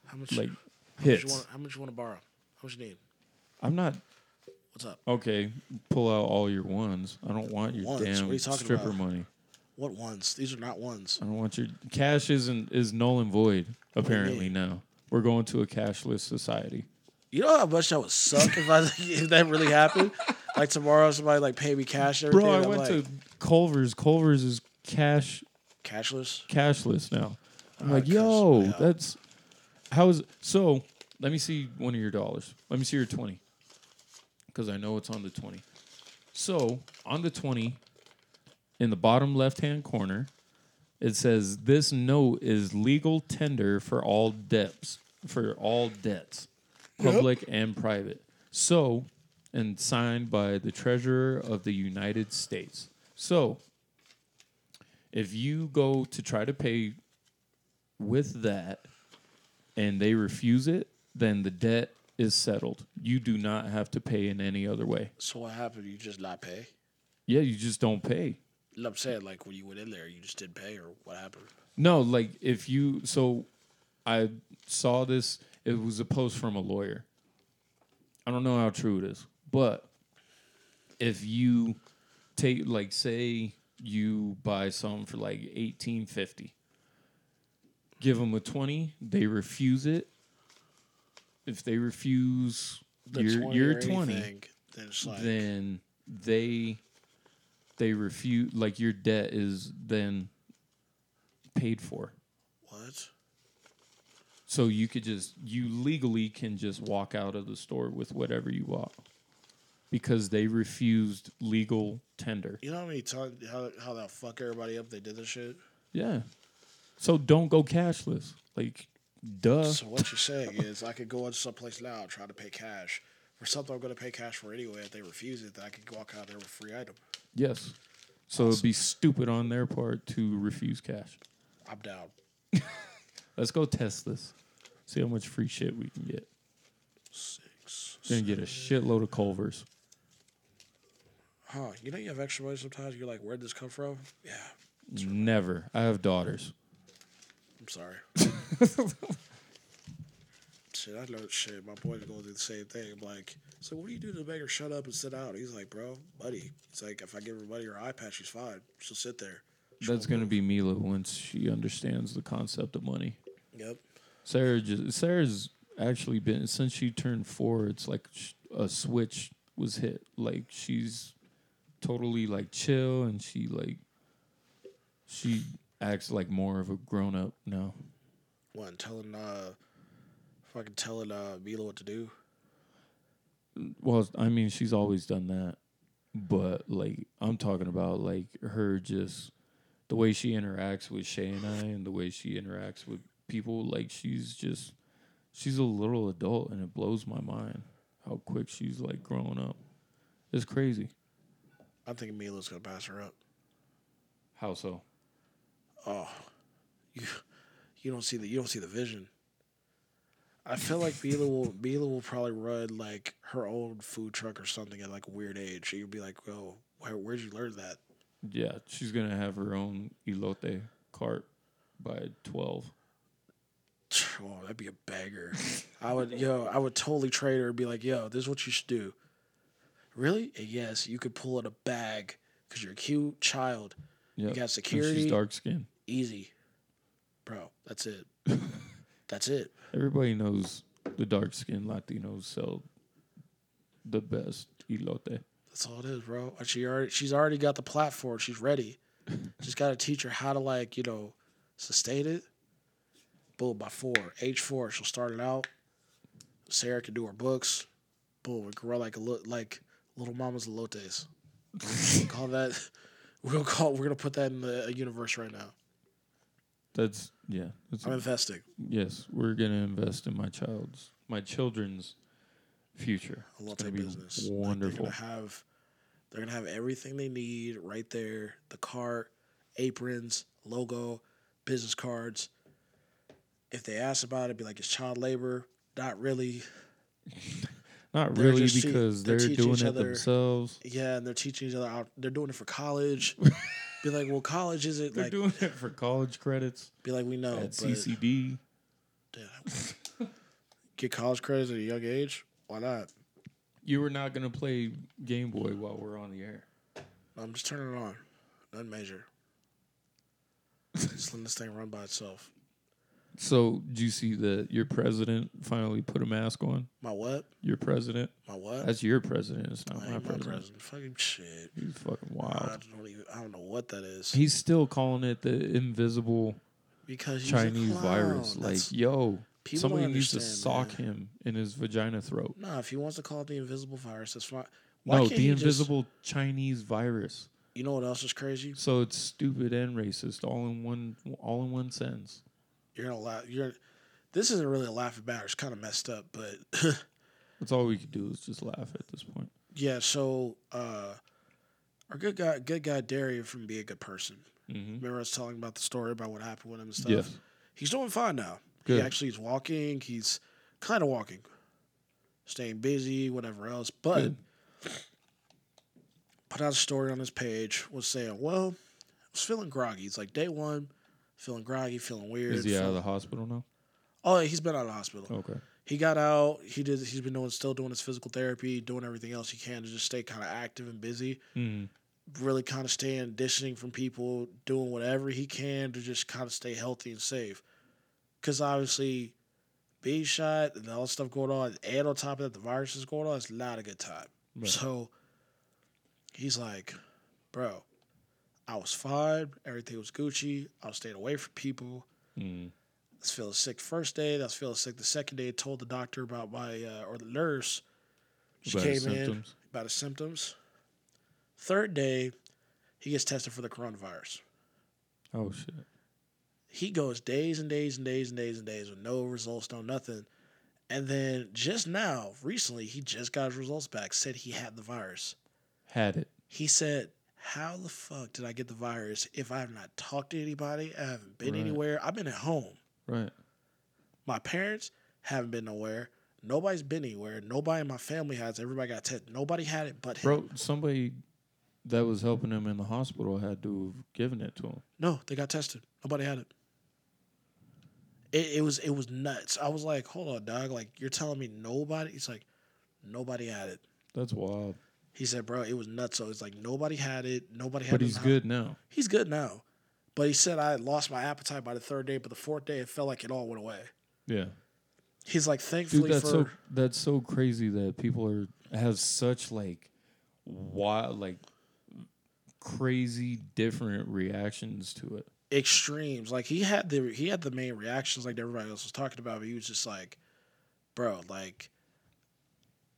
[SPEAKER 1] how much
[SPEAKER 4] like
[SPEAKER 1] how much, you
[SPEAKER 4] hits.
[SPEAKER 1] want, how much you want to borrow? How much you need?
[SPEAKER 4] I'm not
[SPEAKER 1] What's up?
[SPEAKER 4] okay. Pull out all your ones. I don't want your
[SPEAKER 1] Ones? What are
[SPEAKER 4] damn
[SPEAKER 1] you talking
[SPEAKER 4] stripper
[SPEAKER 1] about?
[SPEAKER 4] money.
[SPEAKER 1] What ones? These are not ones.
[SPEAKER 4] I don't want your cash. Isn't is null and void apparently
[SPEAKER 1] mean?
[SPEAKER 4] now. We're going to a cashless society.
[SPEAKER 1] You know how much that would suck if I if that really happened. Like tomorrow, somebody like pay me cash. And
[SPEAKER 4] Bro,
[SPEAKER 1] everything,
[SPEAKER 4] I
[SPEAKER 1] and I'm
[SPEAKER 4] went
[SPEAKER 1] like,
[SPEAKER 4] to Culver's. Culver's is cash
[SPEAKER 1] cashless.
[SPEAKER 4] cashless now. I'm
[SPEAKER 1] Uh,
[SPEAKER 4] like,
[SPEAKER 1] cuss
[SPEAKER 4] yo,
[SPEAKER 1] me out.
[SPEAKER 4] that's how is so. Let me see one of your dollars. Let me see your twenty, because I know it's on the twenty. So on the twenty, in the bottom left-hand corner, it says this note is legal tender for all debts, for all debts, public and private. So, and signed by the treasurer of the United States. So, if you go to try to pay with that and they refuse it, then the debt is settled. You do not have to pay in any other way.
[SPEAKER 1] So what happened? You just not pay?
[SPEAKER 4] Yeah, you just don't pay.
[SPEAKER 1] No, I'm saying like when you went in there, you just didn't pay, or what happened?
[SPEAKER 4] No, like if you so I saw this it was a post from a lawyer. I don't know how true it is, but if you take like say you buy something for like 1850 give them a 20 they refuse it if they refuse your your 20
[SPEAKER 1] Then it's like
[SPEAKER 4] then they they refuse like your debt is then paid for
[SPEAKER 1] what?
[SPEAKER 4] so you could just you legally can just walk out of the store with whatever you bought because they refused legal tender
[SPEAKER 1] You know how many times how how that fuck everybody up? They did this shit.
[SPEAKER 4] yeah so don't go cashless like duh
[SPEAKER 1] So what you're saying is, I could go into someplace now and try to pay cash for something I'm going to pay cash for anyway. If they refuse it, then I could walk out there with a free item.
[SPEAKER 4] yes so it'd be stupid on their part to refuse cash
[SPEAKER 1] I'm down.
[SPEAKER 4] let's go test this see how much free shit we can get
[SPEAKER 1] Six.
[SPEAKER 4] Gonna get a shitload of Culvers.
[SPEAKER 1] huh, you know you have extra money sometimes. You're like, where'd this come from? Yeah,
[SPEAKER 4] Never. I have daughters.
[SPEAKER 1] I'm sorry. shit, I know shit. My boy's going through the same thing. I'm like, so what do you do to make her shut up and sit out? He's like, bro, buddy. It's like, if I give her money or iPad, she's fine. She'll sit there.
[SPEAKER 4] That's gonna be Mila once she understands the concept of money.
[SPEAKER 1] Yep.
[SPEAKER 4] Sarah, just, Sarah's actually been since she turned four. It's like sh- a switch was hit. Like she's totally like chill, and she like she acts like more of a grown up now.
[SPEAKER 1] What, and telling, uh, fucking telling, uh, Mila what to do?
[SPEAKER 4] Well, I mean, she's always done that, but like I'm talking about like her just the way she interacts with Shay and I, and the way she interacts with people. Like she's just she's a little adult, and it blows my mind how quick she's like growing up. It's crazy.
[SPEAKER 1] I think Mila's gonna pass her up.
[SPEAKER 4] How so?
[SPEAKER 1] Oh, you, you don't see the you don't see the vision. I feel like Mila will Mila will probably run like her own food truck or something at like a weird age. She'll be like, "Yo, where, where'd you learn that?"
[SPEAKER 4] Yeah, she's gonna have her own elote cart by twelve.
[SPEAKER 1] Oh, that'd be a banger. I would, yo, I would totally trade her and be like, "Yo, this is what you should do." Really? Yes, you could pull in a bag because you're a cute child.
[SPEAKER 4] Yeah,
[SPEAKER 1] got
[SPEAKER 4] and
[SPEAKER 1] security.
[SPEAKER 4] She's dark skinned
[SPEAKER 1] Easy, bro. That's it. That's it.
[SPEAKER 4] Everybody knows the dark skinned Latinos sell the best elote.
[SPEAKER 1] That's all it is, bro. And She already she's already got the platform. She's ready. Just gotta teach her how to like you know sustain it. Boom by four, age four, she'll start it out. Sarah can do her books. Boom, we can run like a li- like little mama's elotes. call that. We're gonna call. We're gonna put that in the universe right now.
[SPEAKER 4] That's yeah. That's
[SPEAKER 1] I'm investing.
[SPEAKER 4] yes, we're gonna invest in my child's my children's future.
[SPEAKER 1] a
[SPEAKER 4] It's
[SPEAKER 1] multi
[SPEAKER 4] gonna be
[SPEAKER 1] business.
[SPEAKER 4] wonderful.
[SPEAKER 1] They're gonna have they're gonna have everything they need right there. The cart, aprons, logo, business cards. If they ask about it, be like it's child labor. Not really.
[SPEAKER 4] Not
[SPEAKER 1] they're
[SPEAKER 4] really
[SPEAKER 1] just cheat-
[SPEAKER 4] because
[SPEAKER 1] they
[SPEAKER 4] they're
[SPEAKER 1] teach
[SPEAKER 4] doing
[SPEAKER 1] each
[SPEAKER 4] it
[SPEAKER 1] other-
[SPEAKER 4] themselves.
[SPEAKER 1] Yeah, and they're teaching each other out. They're doing it for college. be like, well, college isn't
[SPEAKER 4] They're
[SPEAKER 1] like.
[SPEAKER 4] doing it for college credits
[SPEAKER 1] be like, we know.
[SPEAKER 4] at
[SPEAKER 1] But
[SPEAKER 4] CCD.
[SPEAKER 1] Damn. get college credits at a young age. Why not?
[SPEAKER 4] You were not gonna play Game Boy while we're on the air.
[SPEAKER 1] I'm just turning it on. Nothing major. just letting this thing run by itself.
[SPEAKER 4] So, do you see that your president finally put a mask on?
[SPEAKER 1] My what?
[SPEAKER 4] Your president?
[SPEAKER 1] My what?
[SPEAKER 4] That's your president. It's not
[SPEAKER 1] Uh, I
[SPEAKER 4] my
[SPEAKER 1] ain't my
[SPEAKER 4] president.
[SPEAKER 1] president. Fucking shit.
[SPEAKER 4] He's fucking
[SPEAKER 1] I
[SPEAKER 4] wild.
[SPEAKER 1] don't even. I don't know what that is.
[SPEAKER 4] He's still calling it the invisible
[SPEAKER 1] because he's a
[SPEAKER 4] Chinese
[SPEAKER 1] clown.
[SPEAKER 4] virus.
[SPEAKER 1] That's-
[SPEAKER 4] Like, yo,
[SPEAKER 1] People
[SPEAKER 4] somebody
[SPEAKER 1] don't
[SPEAKER 4] needs to
[SPEAKER 1] understand,
[SPEAKER 4] sock him in his vagina throat.
[SPEAKER 1] nah, if he wants to call it the invisible virus, that's fine. Why
[SPEAKER 4] No,
[SPEAKER 1] can't he
[SPEAKER 4] the
[SPEAKER 1] just-
[SPEAKER 4] invisible Chinese virus.
[SPEAKER 1] you know what else is crazy?
[SPEAKER 4] So it's stupid and racist all in one all in one sentence.
[SPEAKER 1] You're gonna laugh. You're. This isn't really a laughing matter. It's kind of messed up, but
[SPEAKER 4] That's all we could do is just laugh at this point.
[SPEAKER 1] yeah. So, uh, our good guy, good guy Darian from being a good person.
[SPEAKER 4] Mm-hmm.
[SPEAKER 1] Remember I was telling about the story about what happened with him and stuff.
[SPEAKER 4] Yes.
[SPEAKER 1] He's doing fine now. He
[SPEAKER 4] Good.
[SPEAKER 1] actually is walking. He's kind of walking, staying busy, whatever else. But
[SPEAKER 4] Good.
[SPEAKER 1] put out a story on his page was saying, "Well, I was feeling groggy. It's like day one, feeling groggy, feeling weird.
[SPEAKER 4] Is he out of
[SPEAKER 1] feeling-
[SPEAKER 4] the hospital now?
[SPEAKER 1] oh, he's been out of the hospital.
[SPEAKER 4] Okay.
[SPEAKER 1] He got out. He did. He's been doing still doing his physical therapy, doing everything else he can to just stay kind of active and busy.
[SPEAKER 4] Mm.
[SPEAKER 1] Really kind of staying distancing from people, doing whatever he can to just kind of stay healthy and safe. Because obviously, being shot and all the stuff going on, and on top of that, the virus is going on. It's not a good time.
[SPEAKER 4] Right.
[SPEAKER 1] So he's like, bro, I was fine. Everything was Gucci. I was staying away from people.
[SPEAKER 4] Mm.
[SPEAKER 1] I was feeling sick first day. I was feeling sick the second day. I told the doctor about my, uh, or the nurse. She
[SPEAKER 4] About
[SPEAKER 1] came
[SPEAKER 4] his
[SPEAKER 1] in
[SPEAKER 4] symptoms?
[SPEAKER 1] about his symptoms. Third day, he gets tested for the coronavirus.
[SPEAKER 4] Oh shit.
[SPEAKER 1] He goes days and days and days and days and days with no results, no nothing. And then just now, recently, he just got his results back, said he had the virus.
[SPEAKER 4] Had it.
[SPEAKER 1] He said, How the fuck did I get the virus if I have not talked to anybody? I haven't been
[SPEAKER 4] Right.
[SPEAKER 1] anywhere. I've been at home.
[SPEAKER 4] Right.
[SPEAKER 1] My parents haven't been nowhere. Nobody's been anywhere. Nobody in my family has. Everybody got tested. Nobody had it but him.
[SPEAKER 4] Bro, somebody that was helping him in the hospital had to have given it to him.
[SPEAKER 1] No, they got tested. Nobody had it. It, it was it was nuts. I was like, hold on, dog. Like you're telling me nobody. He's like, nobody had it.
[SPEAKER 4] That's wild.
[SPEAKER 1] He said, bro, it was nuts. So it's like nobody had it. Nobody had.
[SPEAKER 4] But
[SPEAKER 1] it
[SPEAKER 4] he's
[SPEAKER 1] now.
[SPEAKER 4] good now.
[SPEAKER 1] He's good now. But he said I lost my appetite by the third day, but the fourth day it felt like it all went away.
[SPEAKER 4] Yeah.
[SPEAKER 1] He's like, thankfully
[SPEAKER 4] Dude, that's
[SPEAKER 1] for
[SPEAKER 4] so that's so crazy that people are have such like wild like crazy different reactions to it.
[SPEAKER 1] extremes. Like he had the he had the main reactions like everybody else was talking about, but he was just like, bro, like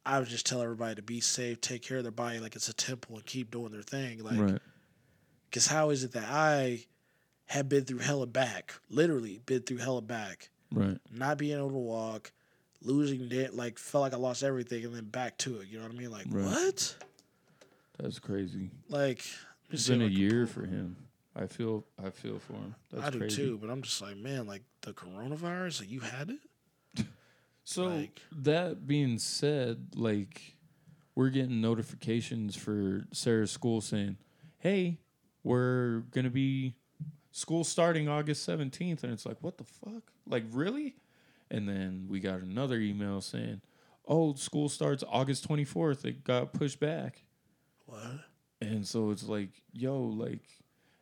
[SPEAKER 1] I would just tell everybody to be safe, take care of their body like it's a temple and keep doing their thing. Like
[SPEAKER 4] right.
[SPEAKER 1] Because how is it that I have been through hell and back, literally been through hell and back,
[SPEAKER 4] Right.
[SPEAKER 1] not being able to walk, losing it, like felt like I lost everything, and then back to it. You know what I mean? Like
[SPEAKER 4] Right.
[SPEAKER 1] what?
[SPEAKER 4] That's crazy.
[SPEAKER 1] Like let me
[SPEAKER 4] It's
[SPEAKER 1] see
[SPEAKER 4] been a
[SPEAKER 1] if I can
[SPEAKER 4] year
[SPEAKER 1] pull-
[SPEAKER 4] for him. I feel I feel for him. That's
[SPEAKER 1] I do
[SPEAKER 4] crazy.
[SPEAKER 1] too, but I'm just like, man, like the coronavirus, like you had it.
[SPEAKER 4] So
[SPEAKER 1] Like-
[SPEAKER 4] that being said, like we're getting notifications for Sarah's school saying, "Hey, we're gonna be school starting August seventeenth," and it's like, "What the fuck? Like really?" And then we got another email saying, "Oh, school starts August twenty fourth. It got pushed back."
[SPEAKER 1] What?
[SPEAKER 4] And so it's like, yo, like,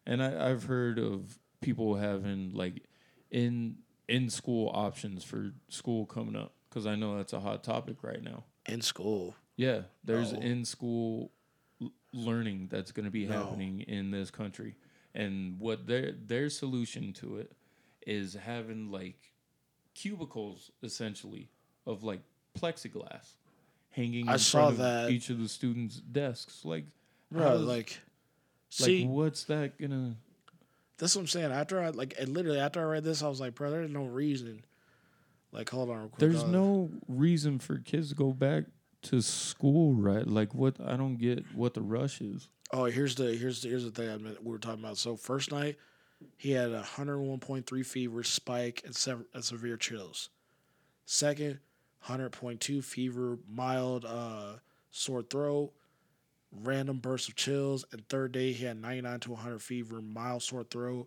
[SPEAKER 4] and I, I've heard of people having like in in school options for school coming up because I know that's a hot topic right now.
[SPEAKER 1] In school.
[SPEAKER 4] Yeah, there's
[SPEAKER 1] No.
[SPEAKER 4] in school learning that's going to be
[SPEAKER 1] No.
[SPEAKER 4] happening in this country, and what their their solution to it is having like cubicles essentially of like plexiglass hanging.
[SPEAKER 1] I
[SPEAKER 4] in
[SPEAKER 1] saw
[SPEAKER 4] front of
[SPEAKER 1] that.
[SPEAKER 4] each of the students' desks, like.
[SPEAKER 1] Bro,
[SPEAKER 4] how's-
[SPEAKER 1] like see
[SPEAKER 4] like, what's that gonna?
[SPEAKER 1] that's what I'm saying. After I like and literally after I read this, I was like, bro, there's no reason. Like, hold on real quick.
[SPEAKER 4] There's
[SPEAKER 1] dog.
[SPEAKER 4] no reason for kids to go back to school, right? Like, what? I don't get what the rush is.
[SPEAKER 1] Oh, here's the here's the, here's the thing I meant, we were talking about. So first night, he had a 101.3 fever spike and, sev- and severe chills. Second, 100.2 fever, mild uh, sore throat, random bursts of chills. And third day, he had 99 to 100 fever, mild sore throat,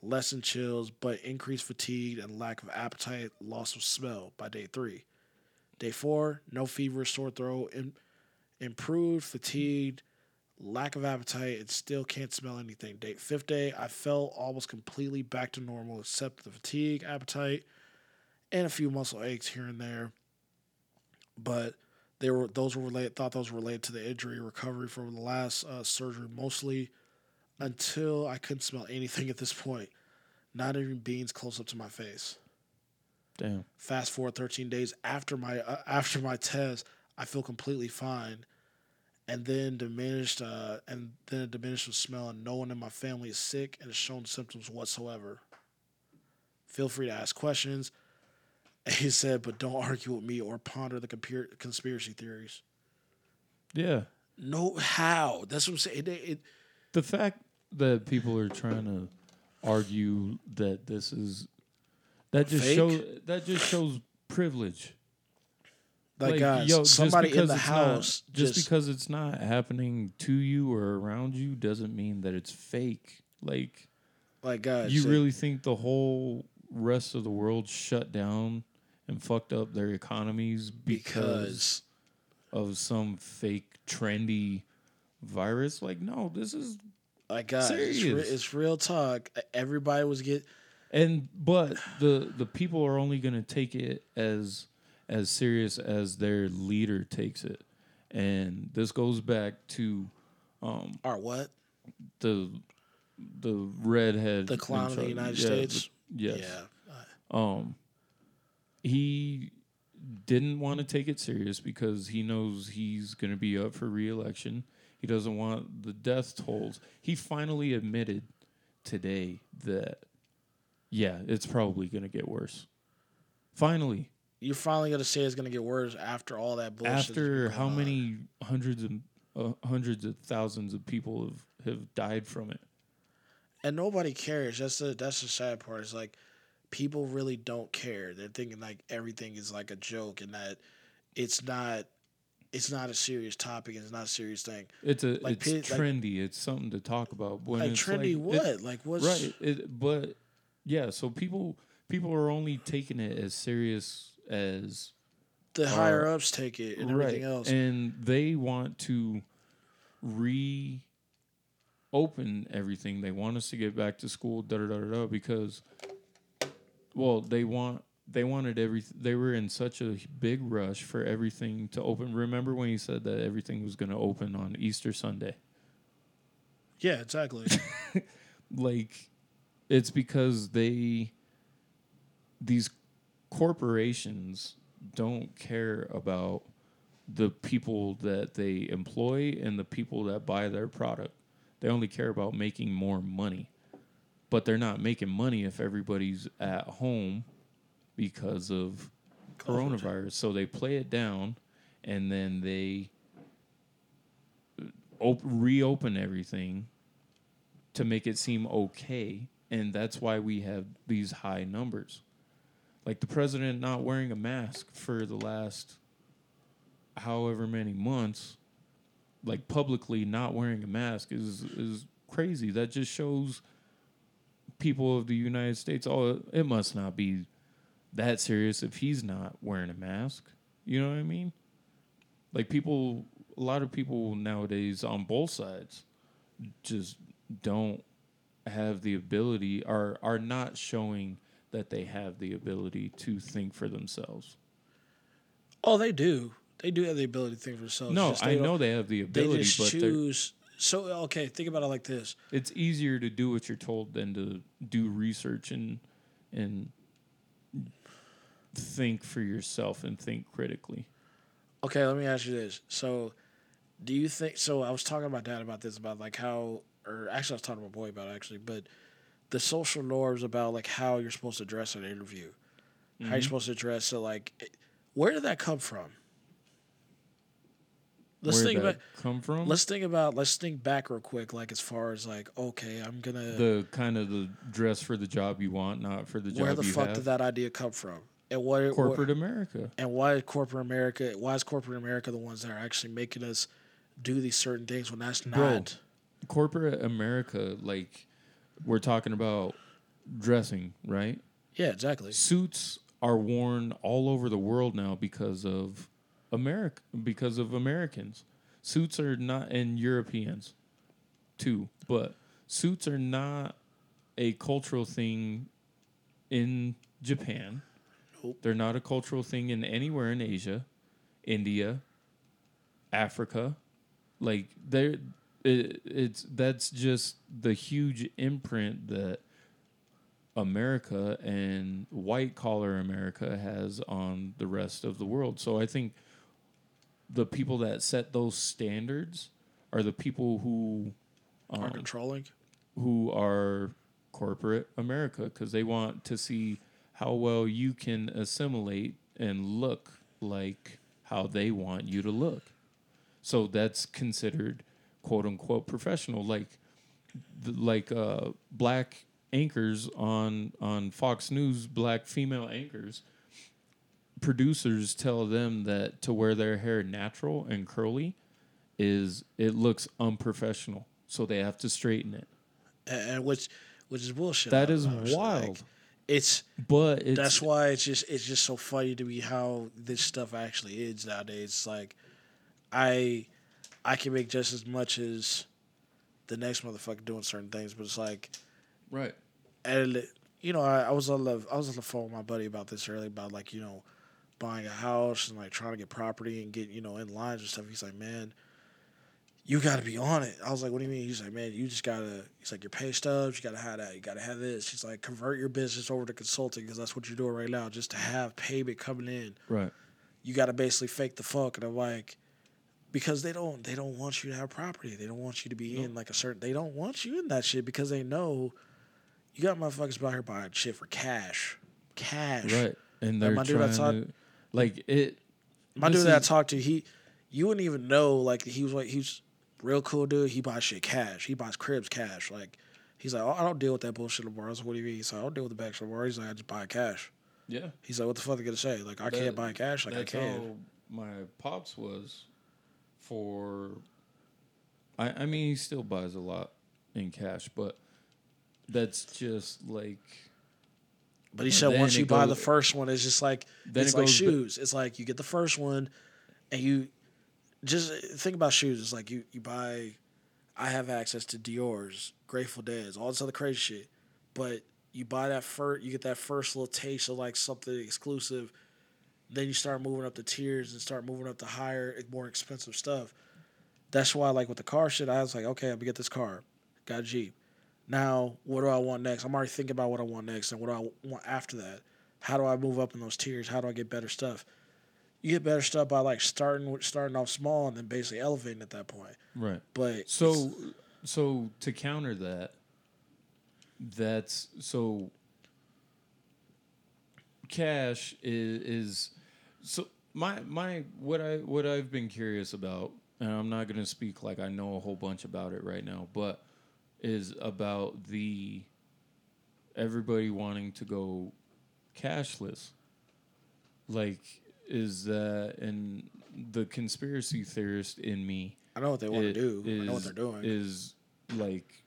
[SPEAKER 1] lessened chills, but increased fatigue and lack of appetite, loss of smell by day three. Day four, no fever, sore throat, im- improved fatigued lack of appetite and still can't smell anything. Day fifth day, I fell almost completely back to normal except the fatigue, appetite, and a few muscle aches here and there. But they were those were related. Thought those were related to the injury recovery from the last uh, surgery mostly. Until I couldn't smell anything at this point, not even beans close up to my face.
[SPEAKER 4] Damn.
[SPEAKER 1] Fast forward 13 days after my uh, after my test, I feel completely fine, and then diminished uh, and then it diminished with smell. And no one in my family is sick and has shown symptoms whatsoever. Feel free to ask questions. And he said, but don't argue with me or ponder the compar- conspiracy theories.
[SPEAKER 4] Yeah.
[SPEAKER 1] No, how? That's what I'm saying. It, it,
[SPEAKER 4] The fact that people are trying to argue that this is that just
[SPEAKER 1] Fake?
[SPEAKER 4] shows that just shows privilege.
[SPEAKER 1] like,
[SPEAKER 4] Like,
[SPEAKER 1] guys,
[SPEAKER 4] yo, just
[SPEAKER 1] somebody in
[SPEAKER 4] because
[SPEAKER 1] the
[SPEAKER 4] it's
[SPEAKER 1] house
[SPEAKER 4] not,
[SPEAKER 1] just,
[SPEAKER 4] just because it's not happening to you or around you doesn't mean that it's fake. Like.
[SPEAKER 1] like guys,
[SPEAKER 4] You
[SPEAKER 1] it-
[SPEAKER 4] really think the whole rest of the world shut down and fucked up their economies because,
[SPEAKER 1] because
[SPEAKER 4] of some fake trendy virus? Like, no, this is
[SPEAKER 1] like guys, it's, re-
[SPEAKER 4] Serious.
[SPEAKER 1] it's real talk. Everybody was get.
[SPEAKER 4] and but the the people are only going to take it as as serious as their leader takes it, and this goes back to
[SPEAKER 1] Or what?
[SPEAKER 4] the the redhead
[SPEAKER 1] The clown of the
[SPEAKER 4] in charge-
[SPEAKER 1] United
[SPEAKER 4] yeah,
[SPEAKER 1] States?
[SPEAKER 4] the- yes.
[SPEAKER 1] Yeah.
[SPEAKER 4] um he didn't want to take it serious because he knows he's going to be up for reelection. He doesn't want the death tolls. He finally admitted today that yeah, it's probably going to get worse. Finally,
[SPEAKER 1] You're finally gonna say it's gonna get worse after all that bullshit. that's
[SPEAKER 4] after
[SPEAKER 1] been
[SPEAKER 4] how
[SPEAKER 1] going on.
[SPEAKER 4] many hundreds of uh, hundreds of thousands of people have, have died from it.
[SPEAKER 1] And nobody cares. That's the that's the sad part. It's like people really don't care. They're thinking like everything is like a joke and that it's not it's not a serious topic and it's not a serious thing.
[SPEAKER 4] It's a
[SPEAKER 1] Like,
[SPEAKER 4] it's
[SPEAKER 1] pe- like-
[SPEAKER 4] trendy. it's something to talk about. When
[SPEAKER 1] Like
[SPEAKER 4] it's
[SPEAKER 1] trendy,
[SPEAKER 4] like,
[SPEAKER 1] what?
[SPEAKER 4] it-
[SPEAKER 1] like what's
[SPEAKER 4] right? It, but yeah, so people people are only taking it as serious as
[SPEAKER 1] the higher ups take it and everything
[SPEAKER 4] Uh, right,
[SPEAKER 1] else?
[SPEAKER 4] and they want to reopen everything. They want us to get back to school. Da da da da. da, Because well, they want they wanted every they were in such a big rush for everything to open. Remember when he said that everything was going to open on Easter Sunday?
[SPEAKER 1] yeah, exactly.
[SPEAKER 4] like it's because they these corporations don't care about the people that they employ and the people that buy their product. They only care about making more money. But they're not making money if everybody's at home because of coronavirus. So they play it down and then they op- reopen everything to make it seem okay. And that's why we have these high numbers. Like the president not wearing a mask for the last however many months, like publicly not wearing a mask is is crazy. That just shows people of the United States, oh, it must not be that serious if he's not wearing a mask. You know what I mean? Like people, a lot of people nowadays on both sides just don't have the ability or are not showing that they have the ability to think for themselves.
[SPEAKER 1] oh, they do. They do have the ability to think for themselves.
[SPEAKER 4] No,
[SPEAKER 1] Oh, It's just
[SPEAKER 4] I
[SPEAKER 1] don't-
[SPEAKER 4] know they have the
[SPEAKER 1] They
[SPEAKER 4] ability,
[SPEAKER 1] just
[SPEAKER 4] but they're
[SPEAKER 1] choose. So okay, think about it like this.
[SPEAKER 4] it's easier to do what you're told than to do research and and think for yourself and think critically.
[SPEAKER 1] Okay, let me ask you this. So, do you think? So, I was talking about dad about this about like how, or actually, I was talking to my boy about it, actually, but the social norms about like how you're supposed to dress in an interview, how
[SPEAKER 4] Mm-hmm.
[SPEAKER 1] you're supposed to dress. So, like, it- where did that come from? Let's
[SPEAKER 4] Where
[SPEAKER 1] think
[SPEAKER 4] that
[SPEAKER 1] about.
[SPEAKER 4] come from
[SPEAKER 1] Let's think about. Let's think back real quick. Like as far as like, okay, I'm gonna.
[SPEAKER 4] the kind of the dress for the job you want, not for the job
[SPEAKER 1] where the
[SPEAKER 4] you
[SPEAKER 1] fuck
[SPEAKER 4] have.
[SPEAKER 1] did that idea come from? And what what-
[SPEAKER 4] Corporate America.
[SPEAKER 1] and why is corporate America? Why is corporate America the ones that are actually making us do these certain things when that's not?
[SPEAKER 4] Bro. corporate America, like we're talking about dressing, right?
[SPEAKER 1] Yeah, exactly.
[SPEAKER 4] Suits are worn all over the world now because of America, because of Americans. Suits are not, and Europeans too, but suits are not a cultural thing in Japan.
[SPEAKER 1] Nope.
[SPEAKER 4] They're not a cultural thing in anywhere in Asia, India, Africa. Like there, it, it's that's just the huge imprint that America and white collar America has on the rest of the world. So I think the people that set those standards are the people who
[SPEAKER 1] are controlling.
[SPEAKER 4] who are corporate America because they want to see how well you can assimilate and look like how they want you to look. So that's considered quote unquote professional, like th- like uh, black anchors on on Fox News, black female anchors. Producers tell them that to wear their hair natural and curly is it looks unprofessional, so they have to straighten it.
[SPEAKER 1] A- and which which is bullshit.
[SPEAKER 4] That
[SPEAKER 1] I-
[SPEAKER 4] is
[SPEAKER 1] honestly, like,
[SPEAKER 4] wild.
[SPEAKER 1] it's
[SPEAKER 4] But it's
[SPEAKER 1] that's why it's just it's just so funny to me how this stuff actually is nowadays. It's like I I can make just as much as the next motherfucker doing certain things, but it's like
[SPEAKER 4] right.
[SPEAKER 1] and you know, I, I was on the I was on the phone with my buddy about this earlier about like you know, buying a house and like trying to get property and get you know in lines and stuff. He's like, man, you got to be on it. I was like, what do you mean? He's like, man, you just gotta. He's like, your pay stubs, you gotta have that, you gotta have this. He's like, convert your business over to consulting because that's what you're doing right now, just to have payment coming in
[SPEAKER 4] Right.
[SPEAKER 1] you got to basically fake the funk and i'm like because they don't they don't want you to have property they don't want you to be in like a certain they don't want you in that shit because they know you got motherfuckers out here buying shit for cash cash
[SPEAKER 4] Right.
[SPEAKER 1] Like,
[SPEAKER 4] And they're
[SPEAKER 1] my dude I
[SPEAKER 4] trying
[SPEAKER 1] talked-
[SPEAKER 4] to like it
[SPEAKER 1] my
[SPEAKER 4] This
[SPEAKER 1] dude that i
[SPEAKER 4] is-
[SPEAKER 1] talked to he you wouldn't even know like he was like he's real cool dude he buys shit cash he buys cribs cash like he's like oh, i don't deal with that bullshit anymore i was like what do you mean he's like i don't deal with the bags anymore he's like i just buy cash
[SPEAKER 4] Yeah.
[SPEAKER 1] he's like what the fuck are they gonna say like i
[SPEAKER 4] That-
[SPEAKER 1] can't buy cash like i
[SPEAKER 4] That's
[SPEAKER 1] can
[SPEAKER 4] how my pops was for I I mean he still buys a lot in cash, but that's just like
[SPEAKER 1] But he
[SPEAKER 4] And
[SPEAKER 1] said
[SPEAKER 4] then
[SPEAKER 1] once
[SPEAKER 4] it
[SPEAKER 1] you buy the
[SPEAKER 4] goes-
[SPEAKER 1] first one, it's just like
[SPEAKER 4] Then
[SPEAKER 1] it's
[SPEAKER 4] it
[SPEAKER 1] like
[SPEAKER 4] goes ba-
[SPEAKER 1] shoes. it's like you get the first one, and you just think about shoes. It's like you you buy. I have access to Dior's, Grateful Dead's, all this other crazy shit, but you buy that first, you get that first little taste of like something exclusive. Then you start moving up the tiers and start moving up to higher, more expensive stuff. That's why, like with the car shit, I was like, okay, I'm gonna get this car. Got a Jeep. Now, what do I want next? I'm already thinking about what I want next and what do I want after that. How do I move up in those tiers? How do I get better stuff? You get better stuff by like starting with- starting off small and then basically elevating at that point.
[SPEAKER 4] right.
[SPEAKER 1] But
[SPEAKER 4] So, so to counter that, that's so. Cash is, is so my my what I what I've been curious about, and I'm not going to speak like I know a whole bunch about it right now, but is about the everybody wanting to go cashless. Like, is that and the conspiracy theorist in me?
[SPEAKER 1] I know what they want to
[SPEAKER 4] it
[SPEAKER 1] do. I know what
[SPEAKER 4] is-
[SPEAKER 1] they're doing.
[SPEAKER 4] Is like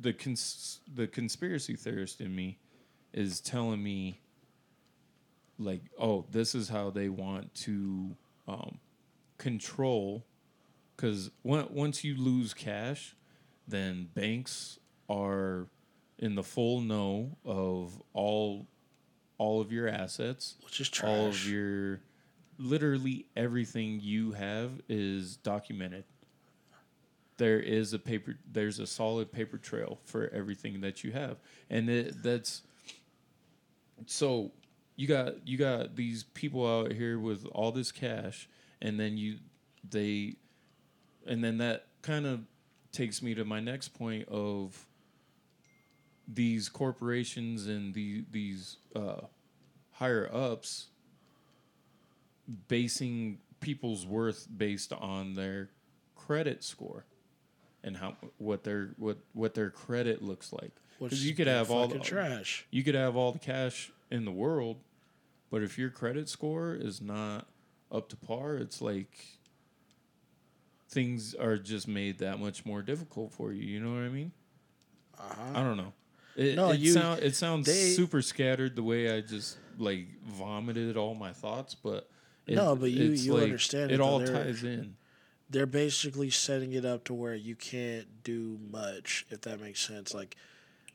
[SPEAKER 4] the cons- the conspiracy theorist in me is telling me like, oh, this is how they want to um, control. Because once you lose cash, then banks are in the full know of all all of your assets
[SPEAKER 1] which is
[SPEAKER 4] all of
[SPEAKER 1] trash.
[SPEAKER 4] your literally everything you have is documented there is a paper there's a solid paper trail for everything that you have and it, that's so you got you got these people out here with all this cash and then you they and then that kind of takes me to my next point of these corporations and the these uh, higher ups basing people's worth based on their credit score and how what their what what their credit looks like
[SPEAKER 1] which
[SPEAKER 4] because
[SPEAKER 1] is
[SPEAKER 4] you could have all the
[SPEAKER 1] fucking trash.
[SPEAKER 4] you could have all the cash in the world, but if your credit score is not up to par, it's like things are just made that much more difficult for you. You know what I mean? I don't know. It,
[SPEAKER 1] Uh-huh. No,
[SPEAKER 4] it,
[SPEAKER 1] you-
[SPEAKER 4] sound, it sounds
[SPEAKER 1] they-
[SPEAKER 4] super scattered the way I just like vomited all my thoughts, but it-
[SPEAKER 1] No, but you-
[SPEAKER 4] it's
[SPEAKER 1] you understand
[SPEAKER 4] it,
[SPEAKER 1] it, though.
[SPEAKER 4] all
[SPEAKER 1] They're-
[SPEAKER 4] ties in.
[SPEAKER 1] They're basically setting it up to where you can't do much, if that makes sense. Like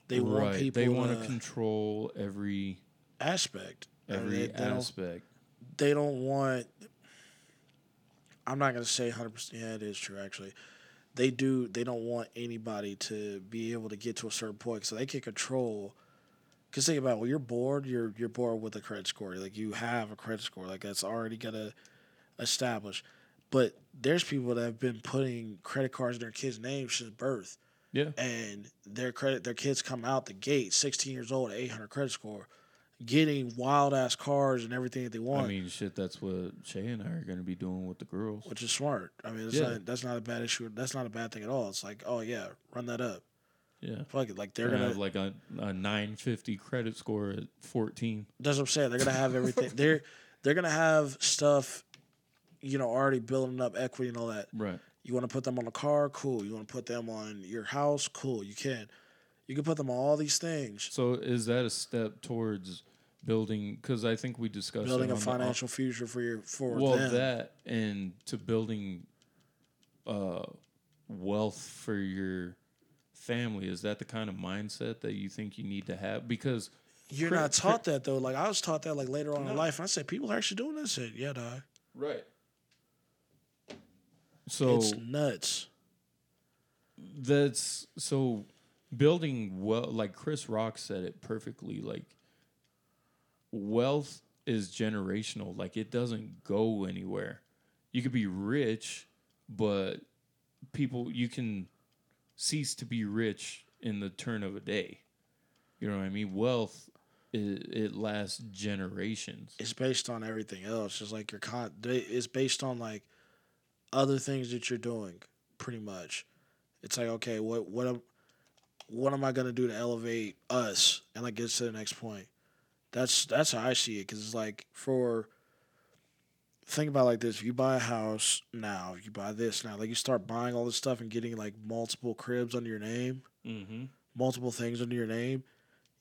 [SPEAKER 1] they want
[SPEAKER 4] Right.
[SPEAKER 1] people
[SPEAKER 4] They want
[SPEAKER 1] to
[SPEAKER 4] to control every
[SPEAKER 1] aspect. I mean,
[SPEAKER 4] every
[SPEAKER 1] they- they don't-
[SPEAKER 4] aspect.
[SPEAKER 1] they don't want I'm not gonna say hundred percent yeah, it is true actually. They do they don't want anybody to be able to get to a certain point so they can control because think about it, when you're bored, you're you're bored with a credit score. Like you have a credit score, like that's already gonna establish. But there's people that have been putting credit cards in their kids' names since birth
[SPEAKER 4] Yeah.
[SPEAKER 1] and their credit their kids come out the gate 16 years old 800 credit score getting wild ass cars and everything that they want
[SPEAKER 4] I mean, shit, that's what Shay and I are going to be doing with the girls.
[SPEAKER 1] which is smart i mean it's
[SPEAKER 4] Yeah.
[SPEAKER 1] not, that's not a bad issue that's not a bad thing at all it's like oh yeah run that up
[SPEAKER 4] Yeah.
[SPEAKER 1] fuck it like they're
[SPEAKER 4] They're gonna
[SPEAKER 1] gonna
[SPEAKER 4] have like a, a 950 credit score at 14.
[SPEAKER 1] that's what i'm saying they're gonna have everything they're they're gonna have stuff you know already building up equity and all that
[SPEAKER 4] Right.
[SPEAKER 1] You want to put them on a car? Cool. You want to put them on your house? Cool. You can. You can put them on all these things.
[SPEAKER 4] So is that a step towards building? Because I think we discussed
[SPEAKER 1] Building
[SPEAKER 4] it
[SPEAKER 1] a
[SPEAKER 4] on the-
[SPEAKER 1] financial future for your for
[SPEAKER 4] well,
[SPEAKER 1] them.
[SPEAKER 4] that and to building uh, wealth for your family. Is that the kind of mindset that you think you need to have? Because
[SPEAKER 1] You're
[SPEAKER 4] Cre-
[SPEAKER 1] not
[SPEAKER 4] cre-
[SPEAKER 1] taught that though. Like I was taught that like later on
[SPEAKER 4] No.
[SPEAKER 1] in life, and I said people are actually doing that shit. Yeah, dog.
[SPEAKER 4] right. So
[SPEAKER 1] It's nuts.
[SPEAKER 4] that's so building well like chris rock said it perfectly like wealth is generational like it doesn't go anywhere you could be rich but people you can cease to be rich in the turn of a day you know what i mean wealth it, it lasts generations
[SPEAKER 1] It's based on everything else. It's like your con. they- It's based on like other things that you're doing. Pretty much, it's like okay, what what am what am I gonna do to elevate us and like get to the next point? That's that's how I see it because it's like for think about it like this: if you buy a house now, if you buy this now, like you start buying all this stuff and getting like multiple cribs under your name,
[SPEAKER 5] Mm-hmm.
[SPEAKER 1] multiple things under your name,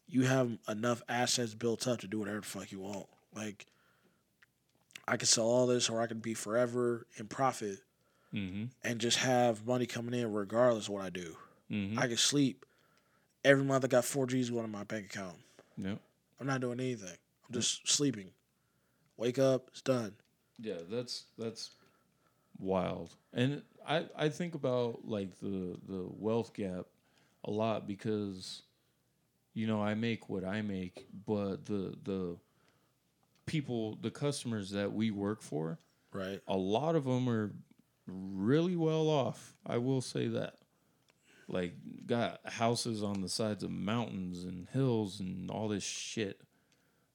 [SPEAKER 1] you have enough assets built up to do whatever the fuck you want. Like, I could sell all this, or I could be forever in profit
[SPEAKER 4] Mm-hmm.
[SPEAKER 1] and just have money coming in regardless of what I do.
[SPEAKER 4] Mm-hmm.
[SPEAKER 1] I could sleep every month. I got four G's going in my bank account.
[SPEAKER 4] Yep.
[SPEAKER 1] I'm not doing anything.
[SPEAKER 4] Mm-hmm.
[SPEAKER 1] I'm just sleeping. Wake up, it's done.
[SPEAKER 4] Yeah, that's that's wild. And I I think about like the the wealth gap a lot because you know, I make what I make, but the the people, the customers that we work for,
[SPEAKER 1] Right.
[SPEAKER 4] a lot of them are really well off. I will say that. Like got houses on the sides of mountains and hills and all this shit.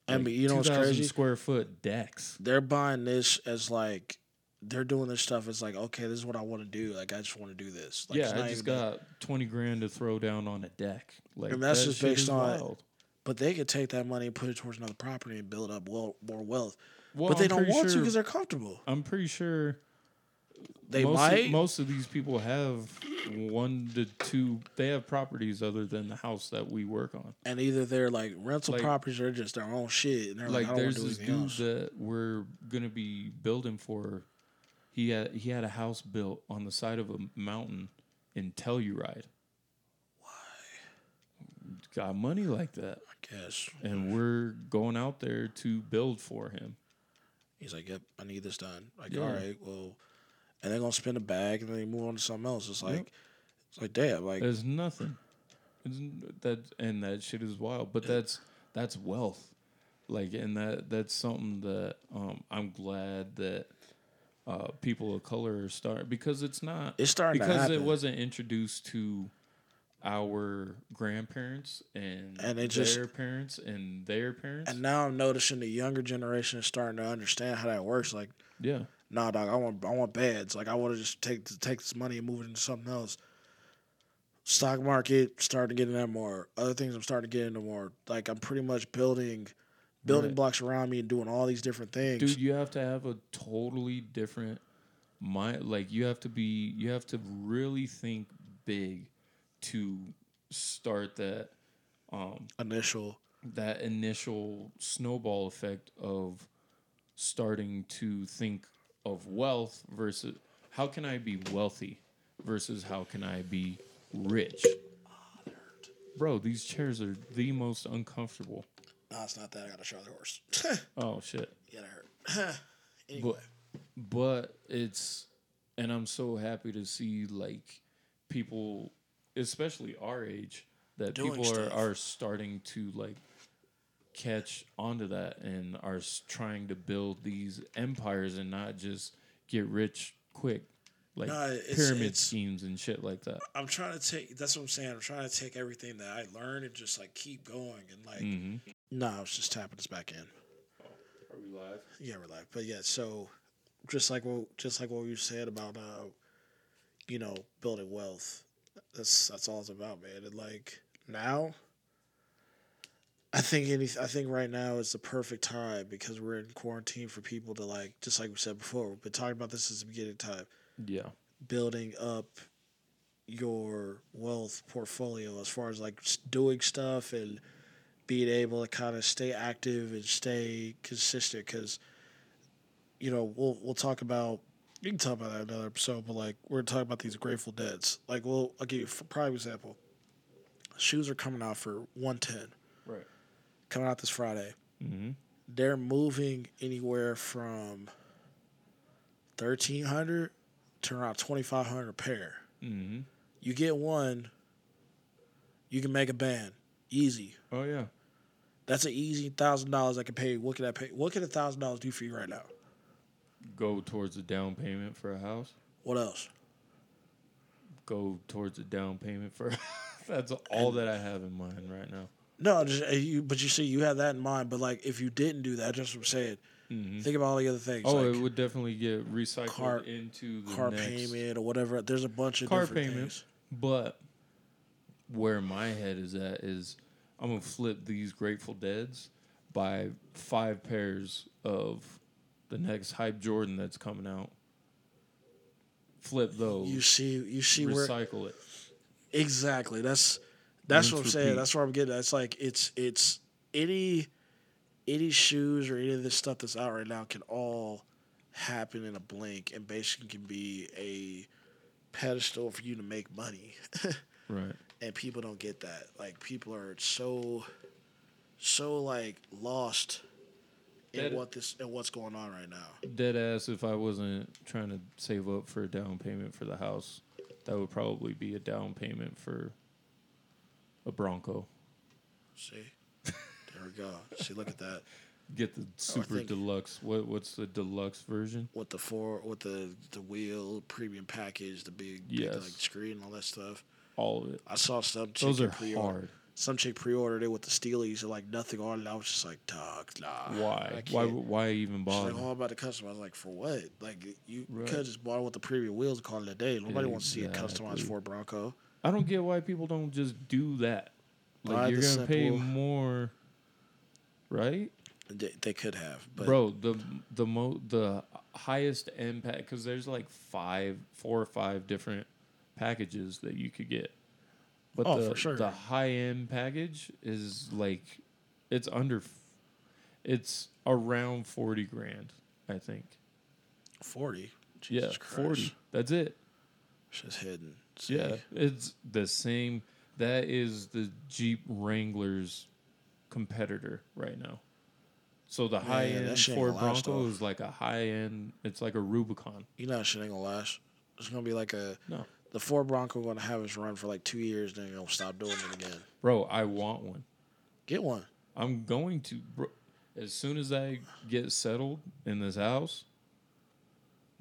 [SPEAKER 1] I mean, you know what's
[SPEAKER 4] 2,000
[SPEAKER 1] crazy?
[SPEAKER 4] Square foot decks.
[SPEAKER 1] They're buying this as like they're doing this stuff as like, okay, this is what I want to do. Like I just want to do this. Like, it's
[SPEAKER 4] yeah,
[SPEAKER 1] not
[SPEAKER 4] I just
[SPEAKER 1] even-
[SPEAKER 4] got twenty grand to throw down on a deck. Like
[SPEAKER 1] And that's
[SPEAKER 4] that
[SPEAKER 1] just
[SPEAKER 4] shit
[SPEAKER 1] based
[SPEAKER 4] is
[SPEAKER 1] on-
[SPEAKER 4] wild.
[SPEAKER 1] But they could take that money and put it towards another property and build up well more wealth.
[SPEAKER 4] Well,
[SPEAKER 1] but they
[SPEAKER 4] I'm
[SPEAKER 1] don't
[SPEAKER 4] pretty
[SPEAKER 1] want to to
[SPEAKER 4] sure-
[SPEAKER 1] because they're comfortable.
[SPEAKER 4] I'm pretty sure
[SPEAKER 1] They
[SPEAKER 4] most
[SPEAKER 1] might.
[SPEAKER 4] Of, most of these people have one to two. They have properties other than the house that we work on.
[SPEAKER 1] and either they're like rental
[SPEAKER 4] Like-
[SPEAKER 1] properties or just their own shit. And they're like,
[SPEAKER 4] like
[SPEAKER 1] I don't want
[SPEAKER 4] there's
[SPEAKER 1] to do
[SPEAKER 4] this
[SPEAKER 1] anything
[SPEAKER 4] dude
[SPEAKER 1] else.
[SPEAKER 4] that we're gonna be building for. He had he had a house built on the side of a mountain in Telluride. Why? Got money like that,
[SPEAKER 1] I guess.
[SPEAKER 4] and we're going out there to build for him.
[SPEAKER 1] He's like, Yep, I need this done. Like,
[SPEAKER 4] Yeah.
[SPEAKER 1] all right, well and they're gonna spin a bag and then they move on to something else. It's
[SPEAKER 4] Yep.
[SPEAKER 1] like it's like damn, like
[SPEAKER 4] There's nothing. It's n- that and that shit is wild, but that's that's wealth. Like and that that's something that um, I'm glad that uh, people of color are starting because it's not
[SPEAKER 1] It's starting to
[SPEAKER 4] because it
[SPEAKER 1] happen.
[SPEAKER 4] wasn't introduced to our grandparents and,
[SPEAKER 1] And
[SPEAKER 4] their
[SPEAKER 1] it just-
[SPEAKER 4] parents and their parents.
[SPEAKER 1] And now I'm noticing the younger generation is starting to understand how that works. Like,
[SPEAKER 4] yeah.
[SPEAKER 1] nah, dog, I want I want beds. Like, I want to just take take this money and move it into something else. Stock market starting to get into that more. Other things I'm starting to get into more. Like, I'm pretty much building building
[SPEAKER 4] Right.
[SPEAKER 1] blocks around me and doing all these different things.
[SPEAKER 4] dude you have to have a totally different mind like you have to be you have to really think big to start that um
[SPEAKER 1] Initial,
[SPEAKER 4] that initial snowball effect of starting to think of wealth versus how can i be wealthy versus how can i be rich bro these chairs are the most uncomfortable
[SPEAKER 1] nah, it's not that. I got a Charlotte horse.
[SPEAKER 4] oh shit
[SPEAKER 1] yeah, that hurt. anyway,
[SPEAKER 4] but but it's and i'm so happy to see like people especially our age that
[SPEAKER 1] Doing
[SPEAKER 4] people
[SPEAKER 1] stuff.
[SPEAKER 4] are, are starting to like catch onto that and are s- trying to build these empires and not just get rich quick like
[SPEAKER 1] No, it's-
[SPEAKER 4] pyramid
[SPEAKER 1] it's-
[SPEAKER 4] schemes and shit like that
[SPEAKER 1] I'm trying to take. That's what I'm saying. I'm trying to take everything that I learned and just like keep going and like.
[SPEAKER 4] mm-hmm.
[SPEAKER 1] Nah, I was just tapping this back in.
[SPEAKER 4] are we live
[SPEAKER 1] Yeah, we're live. But yeah, so just like what just like what you said about uh, you know, building wealth. That's that's all it's about, man. And like now, I think any I think right now is the perfect time because we're in quarantine for people to like just like we said before. We've been talking about this since the beginning of time.
[SPEAKER 4] yeah
[SPEAKER 1] Building up your wealth portfolio as far as like s- doing stuff and being able to kind of stay active and stay consistent because you know we'll we'll talk about you can talk about that in another episode but like we're talking about these grateful deads like we'll i'll give you a prime example shoes are coming out for 110
[SPEAKER 4] right
[SPEAKER 1] coming out this friday
[SPEAKER 4] mm-hmm.
[SPEAKER 1] they're moving anywhere from 1300 to around 2500 a pair
[SPEAKER 4] Mm-hmm.
[SPEAKER 1] you get one, you can make a band. Easy.
[SPEAKER 4] oh yeah
[SPEAKER 1] That's an easy thousand dollars I can pay. you. What can I pay? What can a thousand dollars do for you right now?
[SPEAKER 4] go towards the down payment for a house
[SPEAKER 1] What else?
[SPEAKER 4] go towards a down payment for that's all that I have in mind right now.
[SPEAKER 1] No, just, uh, you, but you see, you have that in mind. But like, if you didn't do that, just what I'm saying. Think about all the other things.
[SPEAKER 4] oh,
[SPEAKER 1] like
[SPEAKER 4] it would definitely get recycled
[SPEAKER 1] Car-
[SPEAKER 4] into the
[SPEAKER 1] car
[SPEAKER 4] next
[SPEAKER 1] payment or whatever. There's a bunch of
[SPEAKER 4] car
[SPEAKER 1] different
[SPEAKER 4] payment.
[SPEAKER 1] things.
[SPEAKER 4] But where my head is at is I'm gonna flip these Grateful Deads by five pairs of the next hype Jordan that's coming out. Flip those,
[SPEAKER 1] You see, you see where
[SPEAKER 4] recycle it.
[SPEAKER 1] Exactly. That's that's what I'm
[SPEAKER 4] Rinse,
[SPEAKER 1] saying.
[SPEAKER 4] repeat.
[SPEAKER 1] That's where I'm getting. That's like it's it's any any shoes or any of this stuff that's out right now can all happen in a blink and basically can be a pedestal for you to make money.
[SPEAKER 4] Right.
[SPEAKER 1] and people don't get that. Like people are so so like lost in
[SPEAKER 4] That-
[SPEAKER 1] what this and what's going on right now.
[SPEAKER 4] Dead ass. If I wasn't trying to save up for a down payment for the house, that would probably be a down payment for a Bronco.
[SPEAKER 1] See? There we go. See, look at that.
[SPEAKER 4] Get the super
[SPEAKER 1] Oh, think-
[SPEAKER 4] deluxe. What what's the deluxe version?
[SPEAKER 1] with the four with the the wheel premium package, the big,
[SPEAKER 4] Yes.
[SPEAKER 1] big like screen, all that stuff.
[SPEAKER 4] All of it.
[SPEAKER 1] I saw some chick
[SPEAKER 4] Those are
[SPEAKER 1] pre-order-
[SPEAKER 4] hard.
[SPEAKER 1] Some chick pre-ordered it with the Steelies and like nothing on it. I was just like, dog, nah. Ah, I
[SPEAKER 4] Why? Why?
[SPEAKER 1] can't."
[SPEAKER 4] Why even
[SPEAKER 1] She's
[SPEAKER 4] bother?
[SPEAKER 1] like, oh, I'm about to custom. I was like, for what? Like you
[SPEAKER 4] Right.
[SPEAKER 1] could just bought it with the premium wheels and call it a day. Nobody wants to see a
[SPEAKER 4] Exactly.
[SPEAKER 1] customized Ford Bronco.
[SPEAKER 4] I don't get why people don't just do that. Like
[SPEAKER 1] Buy
[SPEAKER 4] you're
[SPEAKER 1] the
[SPEAKER 4] gonna pay
[SPEAKER 1] simple-
[SPEAKER 4] more, right?
[SPEAKER 1] They, they could have, but
[SPEAKER 4] Bro, the the mo the highest end pack because there's like five, four or five different packages that you could get. But
[SPEAKER 1] Oh,
[SPEAKER 4] the
[SPEAKER 1] for sure.
[SPEAKER 4] the high end package is like it's under, f- it's around forty grand, I think.
[SPEAKER 1] forty.
[SPEAKER 4] yeah,
[SPEAKER 1] Jesus Christ.
[SPEAKER 4] forty. That's it.
[SPEAKER 1] She's hidden. See?
[SPEAKER 4] Yeah, it's the same. That is the Jeep Wrangler's competitor right now. So the high
[SPEAKER 1] that
[SPEAKER 4] end
[SPEAKER 1] shit ain't
[SPEAKER 4] Ford
[SPEAKER 1] gonna last,
[SPEAKER 4] Bronco
[SPEAKER 1] though.
[SPEAKER 4] is like a high end. It's like a Rubicon.
[SPEAKER 1] You know that shit ain't gonna last. It's gonna be like a
[SPEAKER 4] No,
[SPEAKER 1] the Ford Bronco gonna have its run for like two years, then gonna stop doing it again.
[SPEAKER 4] bro, I want one.
[SPEAKER 1] Get one.
[SPEAKER 4] I'm going to. Bro, as soon as I get settled in this house,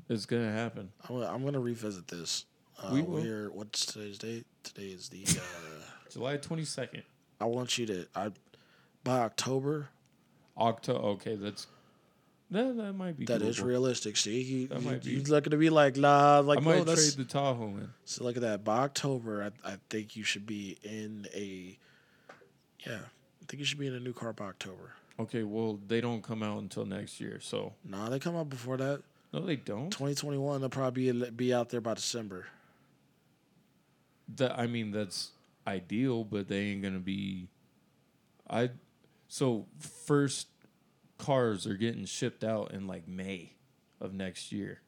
[SPEAKER 4] it's gonna happen.
[SPEAKER 1] I'm gonna, I'm gonna revisit this. Uh,
[SPEAKER 4] We
[SPEAKER 1] we
[SPEAKER 4] will.
[SPEAKER 1] are what's today's date? Today is the. Uh,
[SPEAKER 4] July twenty second,
[SPEAKER 1] I want you to. I by October.
[SPEAKER 4] October. Okay, that's that. That might be.
[SPEAKER 1] That is
[SPEAKER 4] doable.
[SPEAKER 1] realistic. See, you,
[SPEAKER 4] That
[SPEAKER 1] you,
[SPEAKER 4] might be-
[SPEAKER 1] you're looking to be like, nah, like
[SPEAKER 4] I might
[SPEAKER 1] no, that's.
[SPEAKER 4] trade the Tahoe in.
[SPEAKER 1] so look at that. By October, I, I think you should be in a. Yeah, I think you should be in a new car by October.
[SPEAKER 4] Okay, well they don't come out until next year, so
[SPEAKER 1] Nah, they come out before that.
[SPEAKER 4] no, they don't.
[SPEAKER 1] 2021, they'll probably be- be out there by December.
[SPEAKER 4] That I mean, that's ideal, but they ain't gonna be. I so first cars are getting shipped out in like May of next year.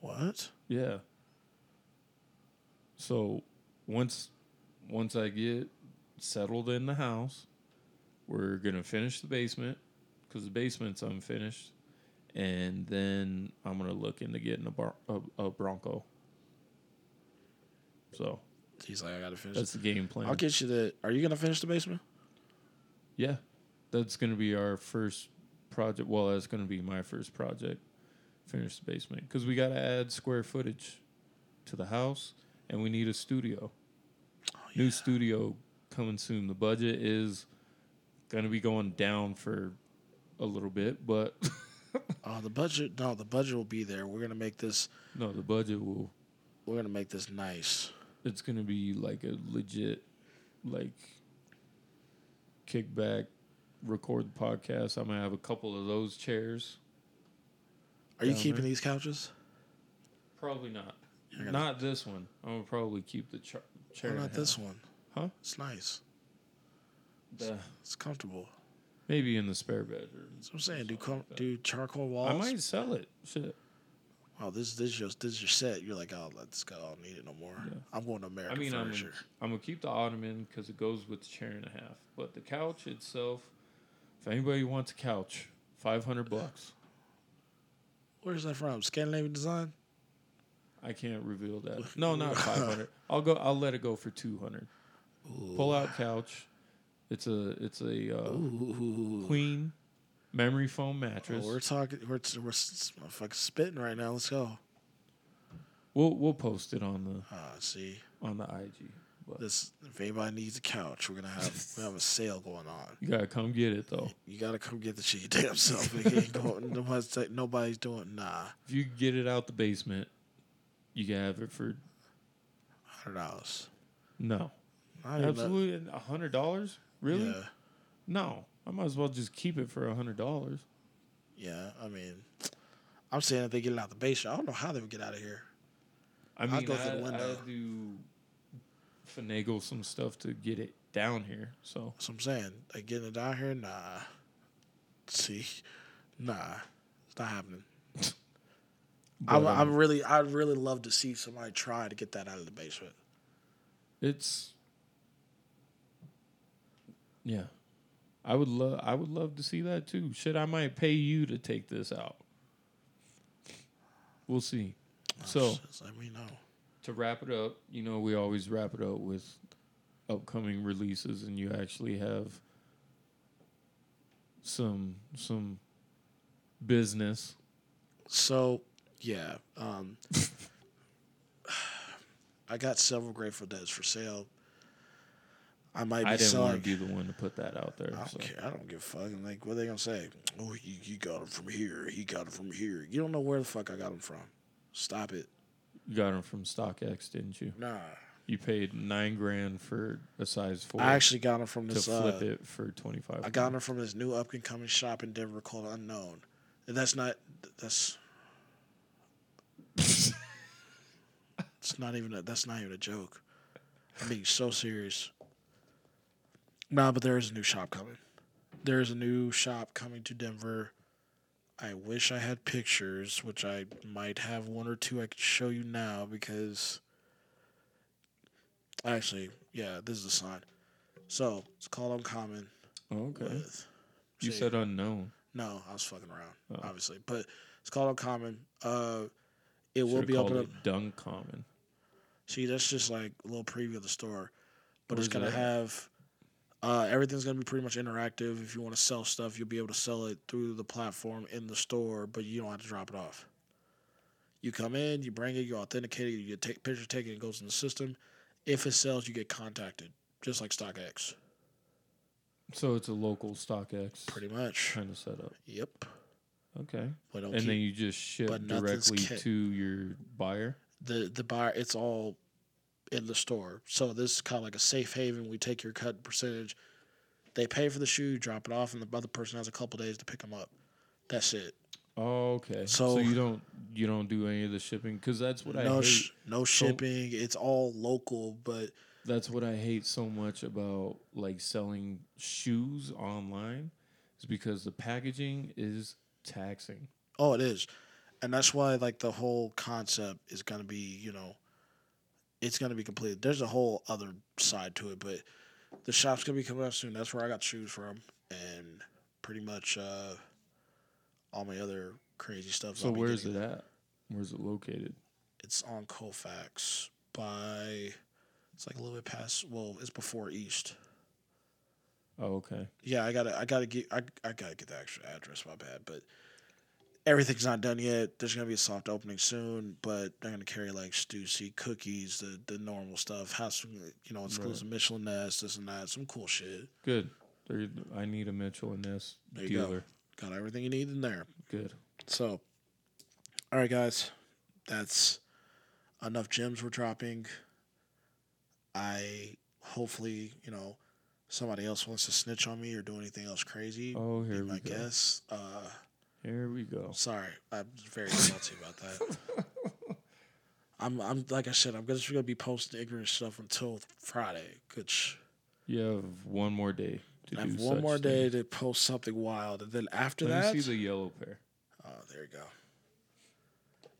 [SPEAKER 1] What?
[SPEAKER 4] Yeah. So once once I get settled in the house, we're gonna finish the basement because the basement's unfinished, and then I'm gonna look into getting a, bar, a, a Bronco. So
[SPEAKER 1] He's like, I gotta finish.
[SPEAKER 4] that's the game plan.
[SPEAKER 1] I'll get you the. Are you gonna finish the basement?
[SPEAKER 4] Yeah, that's gonna be our first project. Well, that's gonna be my first project. Finish the basement because we gotta add square footage to the house, and we need a studio. New studio coming soon. The budget is gonna be going down for a little bit, but
[SPEAKER 1] Oh, the budget. No, the budget will be there. We're gonna make this.
[SPEAKER 4] no, the budget will.
[SPEAKER 1] We're gonna make this nice.
[SPEAKER 4] It's gonna be like a legit, like kickback, record podcast. I'm gonna have a couple of those chairs.
[SPEAKER 1] Are you
[SPEAKER 4] Down
[SPEAKER 1] keeping
[SPEAKER 4] there.
[SPEAKER 1] these couches?
[SPEAKER 4] Probably not.
[SPEAKER 1] gonna-
[SPEAKER 4] Not this one. I'm gonna probably keep the ch-
[SPEAKER 1] Why
[SPEAKER 4] chair. and
[SPEAKER 1] not this
[SPEAKER 4] half.
[SPEAKER 1] one?
[SPEAKER 4] Huh?
[SPEAKER 1] It's nice.
[SPEAKER 4] The,
[SPEAKER 1] It's comfortable.
[SPEAKER 4] maybe in the spare bedroom.
[SPEAKER 1] That's what I'm saying. Do com-
[SPEAKER 4] that.
[SPEAKER 1] do charcoal walls?
[SPEAKER 4] I might sell it. Shit.
[SPEAKER 1] Oh, this this is your this is your set. You're like, oh, let's go. I don't need it no more. I'm going to American
[SPEAKER 4] I mean, I'm gonna,
[SPEAKER 1] furniture.
[SPEAKER 4] I'm gonna keep the ottoman because it goes with the chair and a half. But the couch itself, if anybody wants a couch, five hundred bucks.
[SPEAKER 1] Where's that from? Scandinavian design.
[SPEAKER 4] I can't reveal that. No, not five hundred. I'll go. I'll let it go for two hundred. Pull out couch. It's a it's a uh, queen memory foam
[SPEAKER 1] Oh,
[SPEAKER 4] mattress.
[SPEAKER 1] we're talking. We're we're, s- fucking spitting right now. Let's go.
[SPEAKER 4] We'll we'll post it on the
[SPEAKER 1] Ah, see.
[SPEAKER 4] on the IG. But
[SPEAKER 1] This if anybody needs a couch, we're gonna have we have a sale going on.
[SPEAKER 4] you gotta come get it though.
[SPEAKER 1] You gotta come get the shit your damn self. nigga. Ain't going- nobody's, ta- nobody's doing nah.
[SPEAKER 4] If you get it out the basement, you can have it for
[SPEAKER 1] Hundred dollars.
[SPEAKER 4] no.
[SPEAKER 1] Not even that-
[SPEAKER 4] Absolutely a hundred dollars? Really?
[SPEAKER 1] Yeah.
[SPEAKER 4] No. I might as well just keep it for a hundred dollars.
[SPEAKER 1] Yeah, I mean, I'm saying if they get it out the basement, I don't know how they would get out of here.
[SPEAKER 4] I mean,
[SPEAKER 1] I'll
[SPEAKER 4] I
[SPEAKER 1] go through the
[SPEAKER 4] I,
[SPEAKER 1] window.
[SPEAKER 4] do finagle some stuff to get it down here. So
[SPEAKER 1] That's what I'm saying. Like getting it down here, nah. See, nah, it's not happening. I'm,
[SPEAKER 4] but, um,
[SPEAKER 1] I'm really, I'd really love to see somebody try to get that out of the basement.
[SPEAKER 4] It's yeah. I would love I would love to see that too. Shit, I might pay you to take this out. We'll see. So
[SPEAKER 1] Just let me know.
[SPEAKER 4] to wrap it up, you know we always wrap it up with upcoming releases, and you actually have some some business.
[SPEAKER 1] So yeah, um, I got several Grateful Deads for sale. I might be
[SPEAKER 4] I didn't
[SPEAKER 1] selling.
[SPEAKER 4] want to be the one to put that out there.
[SPEAKER 1] I don't
[SPEAKER 4] so.
[SPEAKER 1] care. I don't give a fuck. I'm like, what are they gonna say? Oh, he, he got him from here. He got him from here. You don't know where the fuck I got him from. Stop it.
[SPEAKER 4] You got them from StockX, didn't you?
[SPEAKER 1] Nah.
[SPEAKER 4] You paid nine grand for a size four.
[SPEAKER 1] I actually got him from
[SPEAKER 4] to
[SPEAKER 1] this.
[SPEAKER 4] flip
[SPEAKER 1] uh,
[SPEAKER 4] it for twenty five.
[SPEAKER 1] I got him from this new up and coming shop in Denver called Unknown. And that's not. That's. it's not even. A, that's not even a joke. I'm being so serious. Nah, but there is a new shop coming. There is a new shop coming to Denver. I wish I had pictures, which I might have one or two I could show you now because. Actually, yeah, this is a sign. So it's called Uncommon Oh,
[SPEAKER 4] Okay.
[SPEAKER 1] with.
[SPEAKER 4] You
[SPEAKER 1] See,
[SPEAKER 4] said unknown.
[SPEAKER 1] no. I was fucking around,
[SPEAKER 4] Oh.
[SPEAKER 1] obviously, but it's called Uncommon. Uh, it will
[SPEAKER 4] Should've
[SPEAKER 1] be
[SPEAKER 4] called
[SPEAKER 1] open up.
[SPEAKER 4] it Dung Common.
[SPEAKER 1] See, that's just like a little preview of the store, but
[SPEAKER 4] Where's
[SPEAKER 1] it's gonna
[SPEAKER 4] that at?
[SPEAKER 1] have. Uh, everything's gonna be pretty much interactive. If you want to sell stuff, you'll be able to sell it through the platform in the store, but you don't have to drop it off. You come in, you bring it, you authenticate it, you get ta- picture taken, it goes in the system. If it sells, you get contacted, just like StockX,
[SPEAKER 4] So it's a local StockX
[SPEAKER 1] pretty much.
[SPEAKER 4] kind of setup.
[SPEAKER 1] Yep.
[SPEAKER 4] Okay.
[SPEAKER 1] But don't
[SPEAKER 4] And
[SPEAKER 1] keep-
[SPEAKER 4] then you just ship
[SPEAKER 1] but nothing's
[SPEAKER 4] directly
[SPEAKER 1] ca-
[SPEAKER 4] to your buyer.
[SPEAKER 1] the the buyer it's all in the store so this is kind of like a safe haven we take your cut percentage they pay for the shoe drop it off and the other person has a couple days to pick them up that's it
[SPEAKER 4] Oh, okay. So,
[SPEAKER 1] So-
[SPEAKER 4] you don't you don't do any of the shipping because that's what I
[SPEAKER 1] no
[SPEAKER 4] hate.
[SPEAKER 1] sh- no shipping it's all local but
[SPEAKER 4] that's what I hate so much about like selling shoes online is because the packaging is taxing.
[SPEAKER 1] oh it is and that's why like the whole concept is going to be you know it's going to be completed there's a whole other side to it but the shop's going to be coming up soon that's where i got shoes from and pretty much uh all my other crazy stuff
[SPEAKER 4] So
[SPEAKER 1] I'll be
[SPEAKER 4] where is
[SPEAKER 1] getting.
[SPEAKER 4] it at? Where's it located?
[SPEAKER 1] it's on Colfax by it's like a little bit past well, it's before East.
[SPEAKER 4] Oh, okay.
[SPEAKER 1] Yeah, I gotta I gotta get I, I gotta get the actual address, my bad, but everything's not done yet. There's gonna be a soft opening soon, but they're gonna carry like Stussy, cookies, the the normal stuff, house you know, exclusive Michelin nest, this and that, some cool shit.
[SPEAKER 4] Good. There, I need a Mitchell and this
[SPEAKER 1] There you go.
[SPEAKER 4] dealer.
[SPEAKER 1] Got everything you need in there.
[SPEAKER 4] Good.
[SPEAKER 1] So all right guys. That's enough gems we're dropping. I hopefully, you know, somebody else wants to snitch on me or do anything else crazy.
[SPEAKER 4] Oh,
[SPEAKER 1] be
[SPEAKER 4] here we
[SPEAKER 1] my
[SPEAKER 4] go.
[SPEAKER 1] guess. Uh,
[SPEAKER 4] Here we go.
[SPEAKER 1] sorry, I'm very salty about that. I'm, I'm like I said, I'm just gonna be posting ignorant stuff until Friday, which
[SPEAKER 4] You have one more day to
[SPEAKER 1] I
[SPEAKER 4] do.
[SPEAKER 1] have one
[SPEAKER 4] such
[SPEAKER 1] more day
[SPEAKER 4] thing.
[SPEAKER 1] to post something wild, and then after
[SPEAKER 4] Let
[SPEAKER 1] that,
[SPEAKER 4] me see the yellow pair.
[SPEAKER 1] Oh, there you go.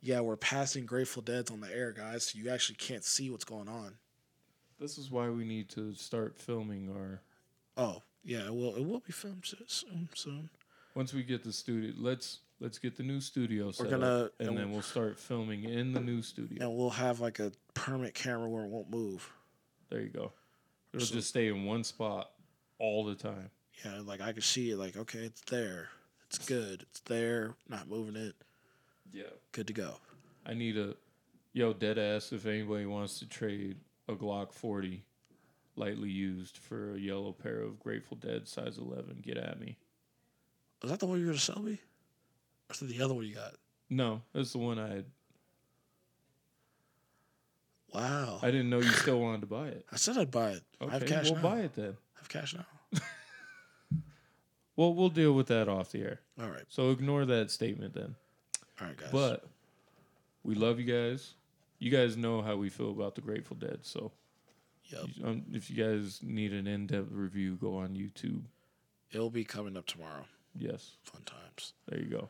[SPEAKER 1] Yeah, we're passing Grateful Dead's on the air, guys. So you actually can't see what's going on.
[SPEAKER 4] This is why we need to start filming our.
[SPEAKER 1] Oh, yeah, it will. It will be filmed so- soon. Soon.
[SPEAKER 4] Once we get the studio, let's let's get the new studio set
[SPEAKER 1] gonna-
[SPEAKER 4] up, and,
[SPEAKER 1] and-
[SPEAKER 4] then we'll start filming in the new studio.
[SPEAKER 1] And we'll have like a permanent camera where it won't move.
[SPEAKER 4] There you go. It'll just stay in one spot all the time.
[SPEAKER 1] Yeah, like I can see it. Like, okay, it's there. It's good. It's there. Not moving it.
[SPEAKER 4] Yeah.
[SPEAKER 1] Good to go.
[SPEAKER 4] I need a yo dead ass if anybody wants to trade a Glock 40 lightly used for a yellow pair of Grateful Dead size 11 get at me.
[SPEAKER 1] Is that the one you're gonna sell me? Or is that the other one you got?
[SPEAKER 4] No, that's the one I had.
[SPEAKER 1] Wow.
[SPEAKER 4] I
[SPEAKER 1] I,
[SPEAKER 4] didn't know you still wanted to buy it.
[SPEAKER 1] said I'd buy it. I have
[SPEAKER 4] Okay,
[SPEAKER 1] cash
[SPEAKER 4] we'll
[SPEAKER 1] now.
[SPEAKER 4] buy it then.
[SPEAKER 1] I have cash now.
[SPEAKER 4] Well, we'll deal with that off the air.
[SPEAKER 1] All right.
[SPEAKER 4] So ignore that statement then.
[SPEAKER 1] All right, guys.
[SPEAKER 4] But we love you guys. You guys know how we feel about the Grateful Dead. So
[SPEAKER 1] Yup.
[SPEAKER 4] you- um, if you guys need an in depth review, go on YouTube.
[SPEAKER 1] it'll be coming up tomorrow.
[SPEAKER 4] Yes.
[SPEAKER 1] Fun times.
[SPEAKER 4] There you go.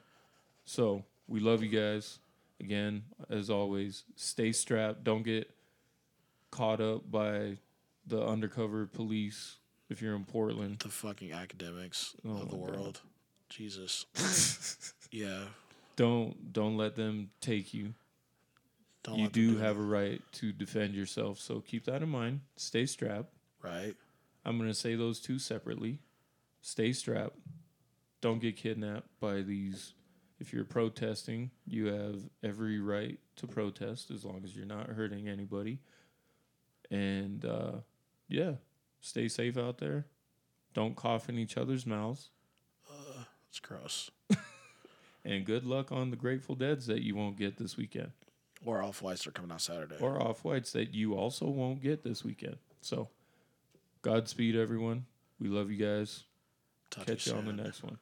[SPEAKER 4] So we love you guys. Again, as always, stay strapped. Don't get caught up by the undercover police if you're in Portland.
[SPEAKER 1] The fucking academics
[SPEAKER 4] Oh
[SPEAKER 1] of the
[SPEAKER 4] my God.
[SPEAKER 1] world. Jesus. yeah.
[SPEAKER 4] Don't don't let them take you.
[SPEAKER 1] Don't
[SPEAKER 4] you
[SPEAKER 1] let them
[SPEAKER 4] do
[SPEAKER 1] that,
[SPEAKER 4] have a right to defend yourself. So keep that in mind. Stay strapped.
[SPEAKER 1] right.
[SPEAKER 4] I'm gonna say those two separately. Stay strapped. Don't get kidnapped by these. If you're protesting, you have every right to protest as long as you're not hurting anybody. And uh, yeah, stay safe out there. Don't cough in each other's mouths.
[SPEAKER 1] It's gross.
[SPEAKER 4] And good luck on the Grateful Deads that you won't get this weekend,
[SPEAKER 1] Or off whites are coming out Saturday.
[SPEAKER 4] or Off Whites that you also won't get this weekend. So, Godspeed, everyone. We love you guys.
[SPEAKER 1] Talk to you
[SPEAKER 4] Catch you on the
[SPEAKER 1] soon.
[SPEAKER 4] next one.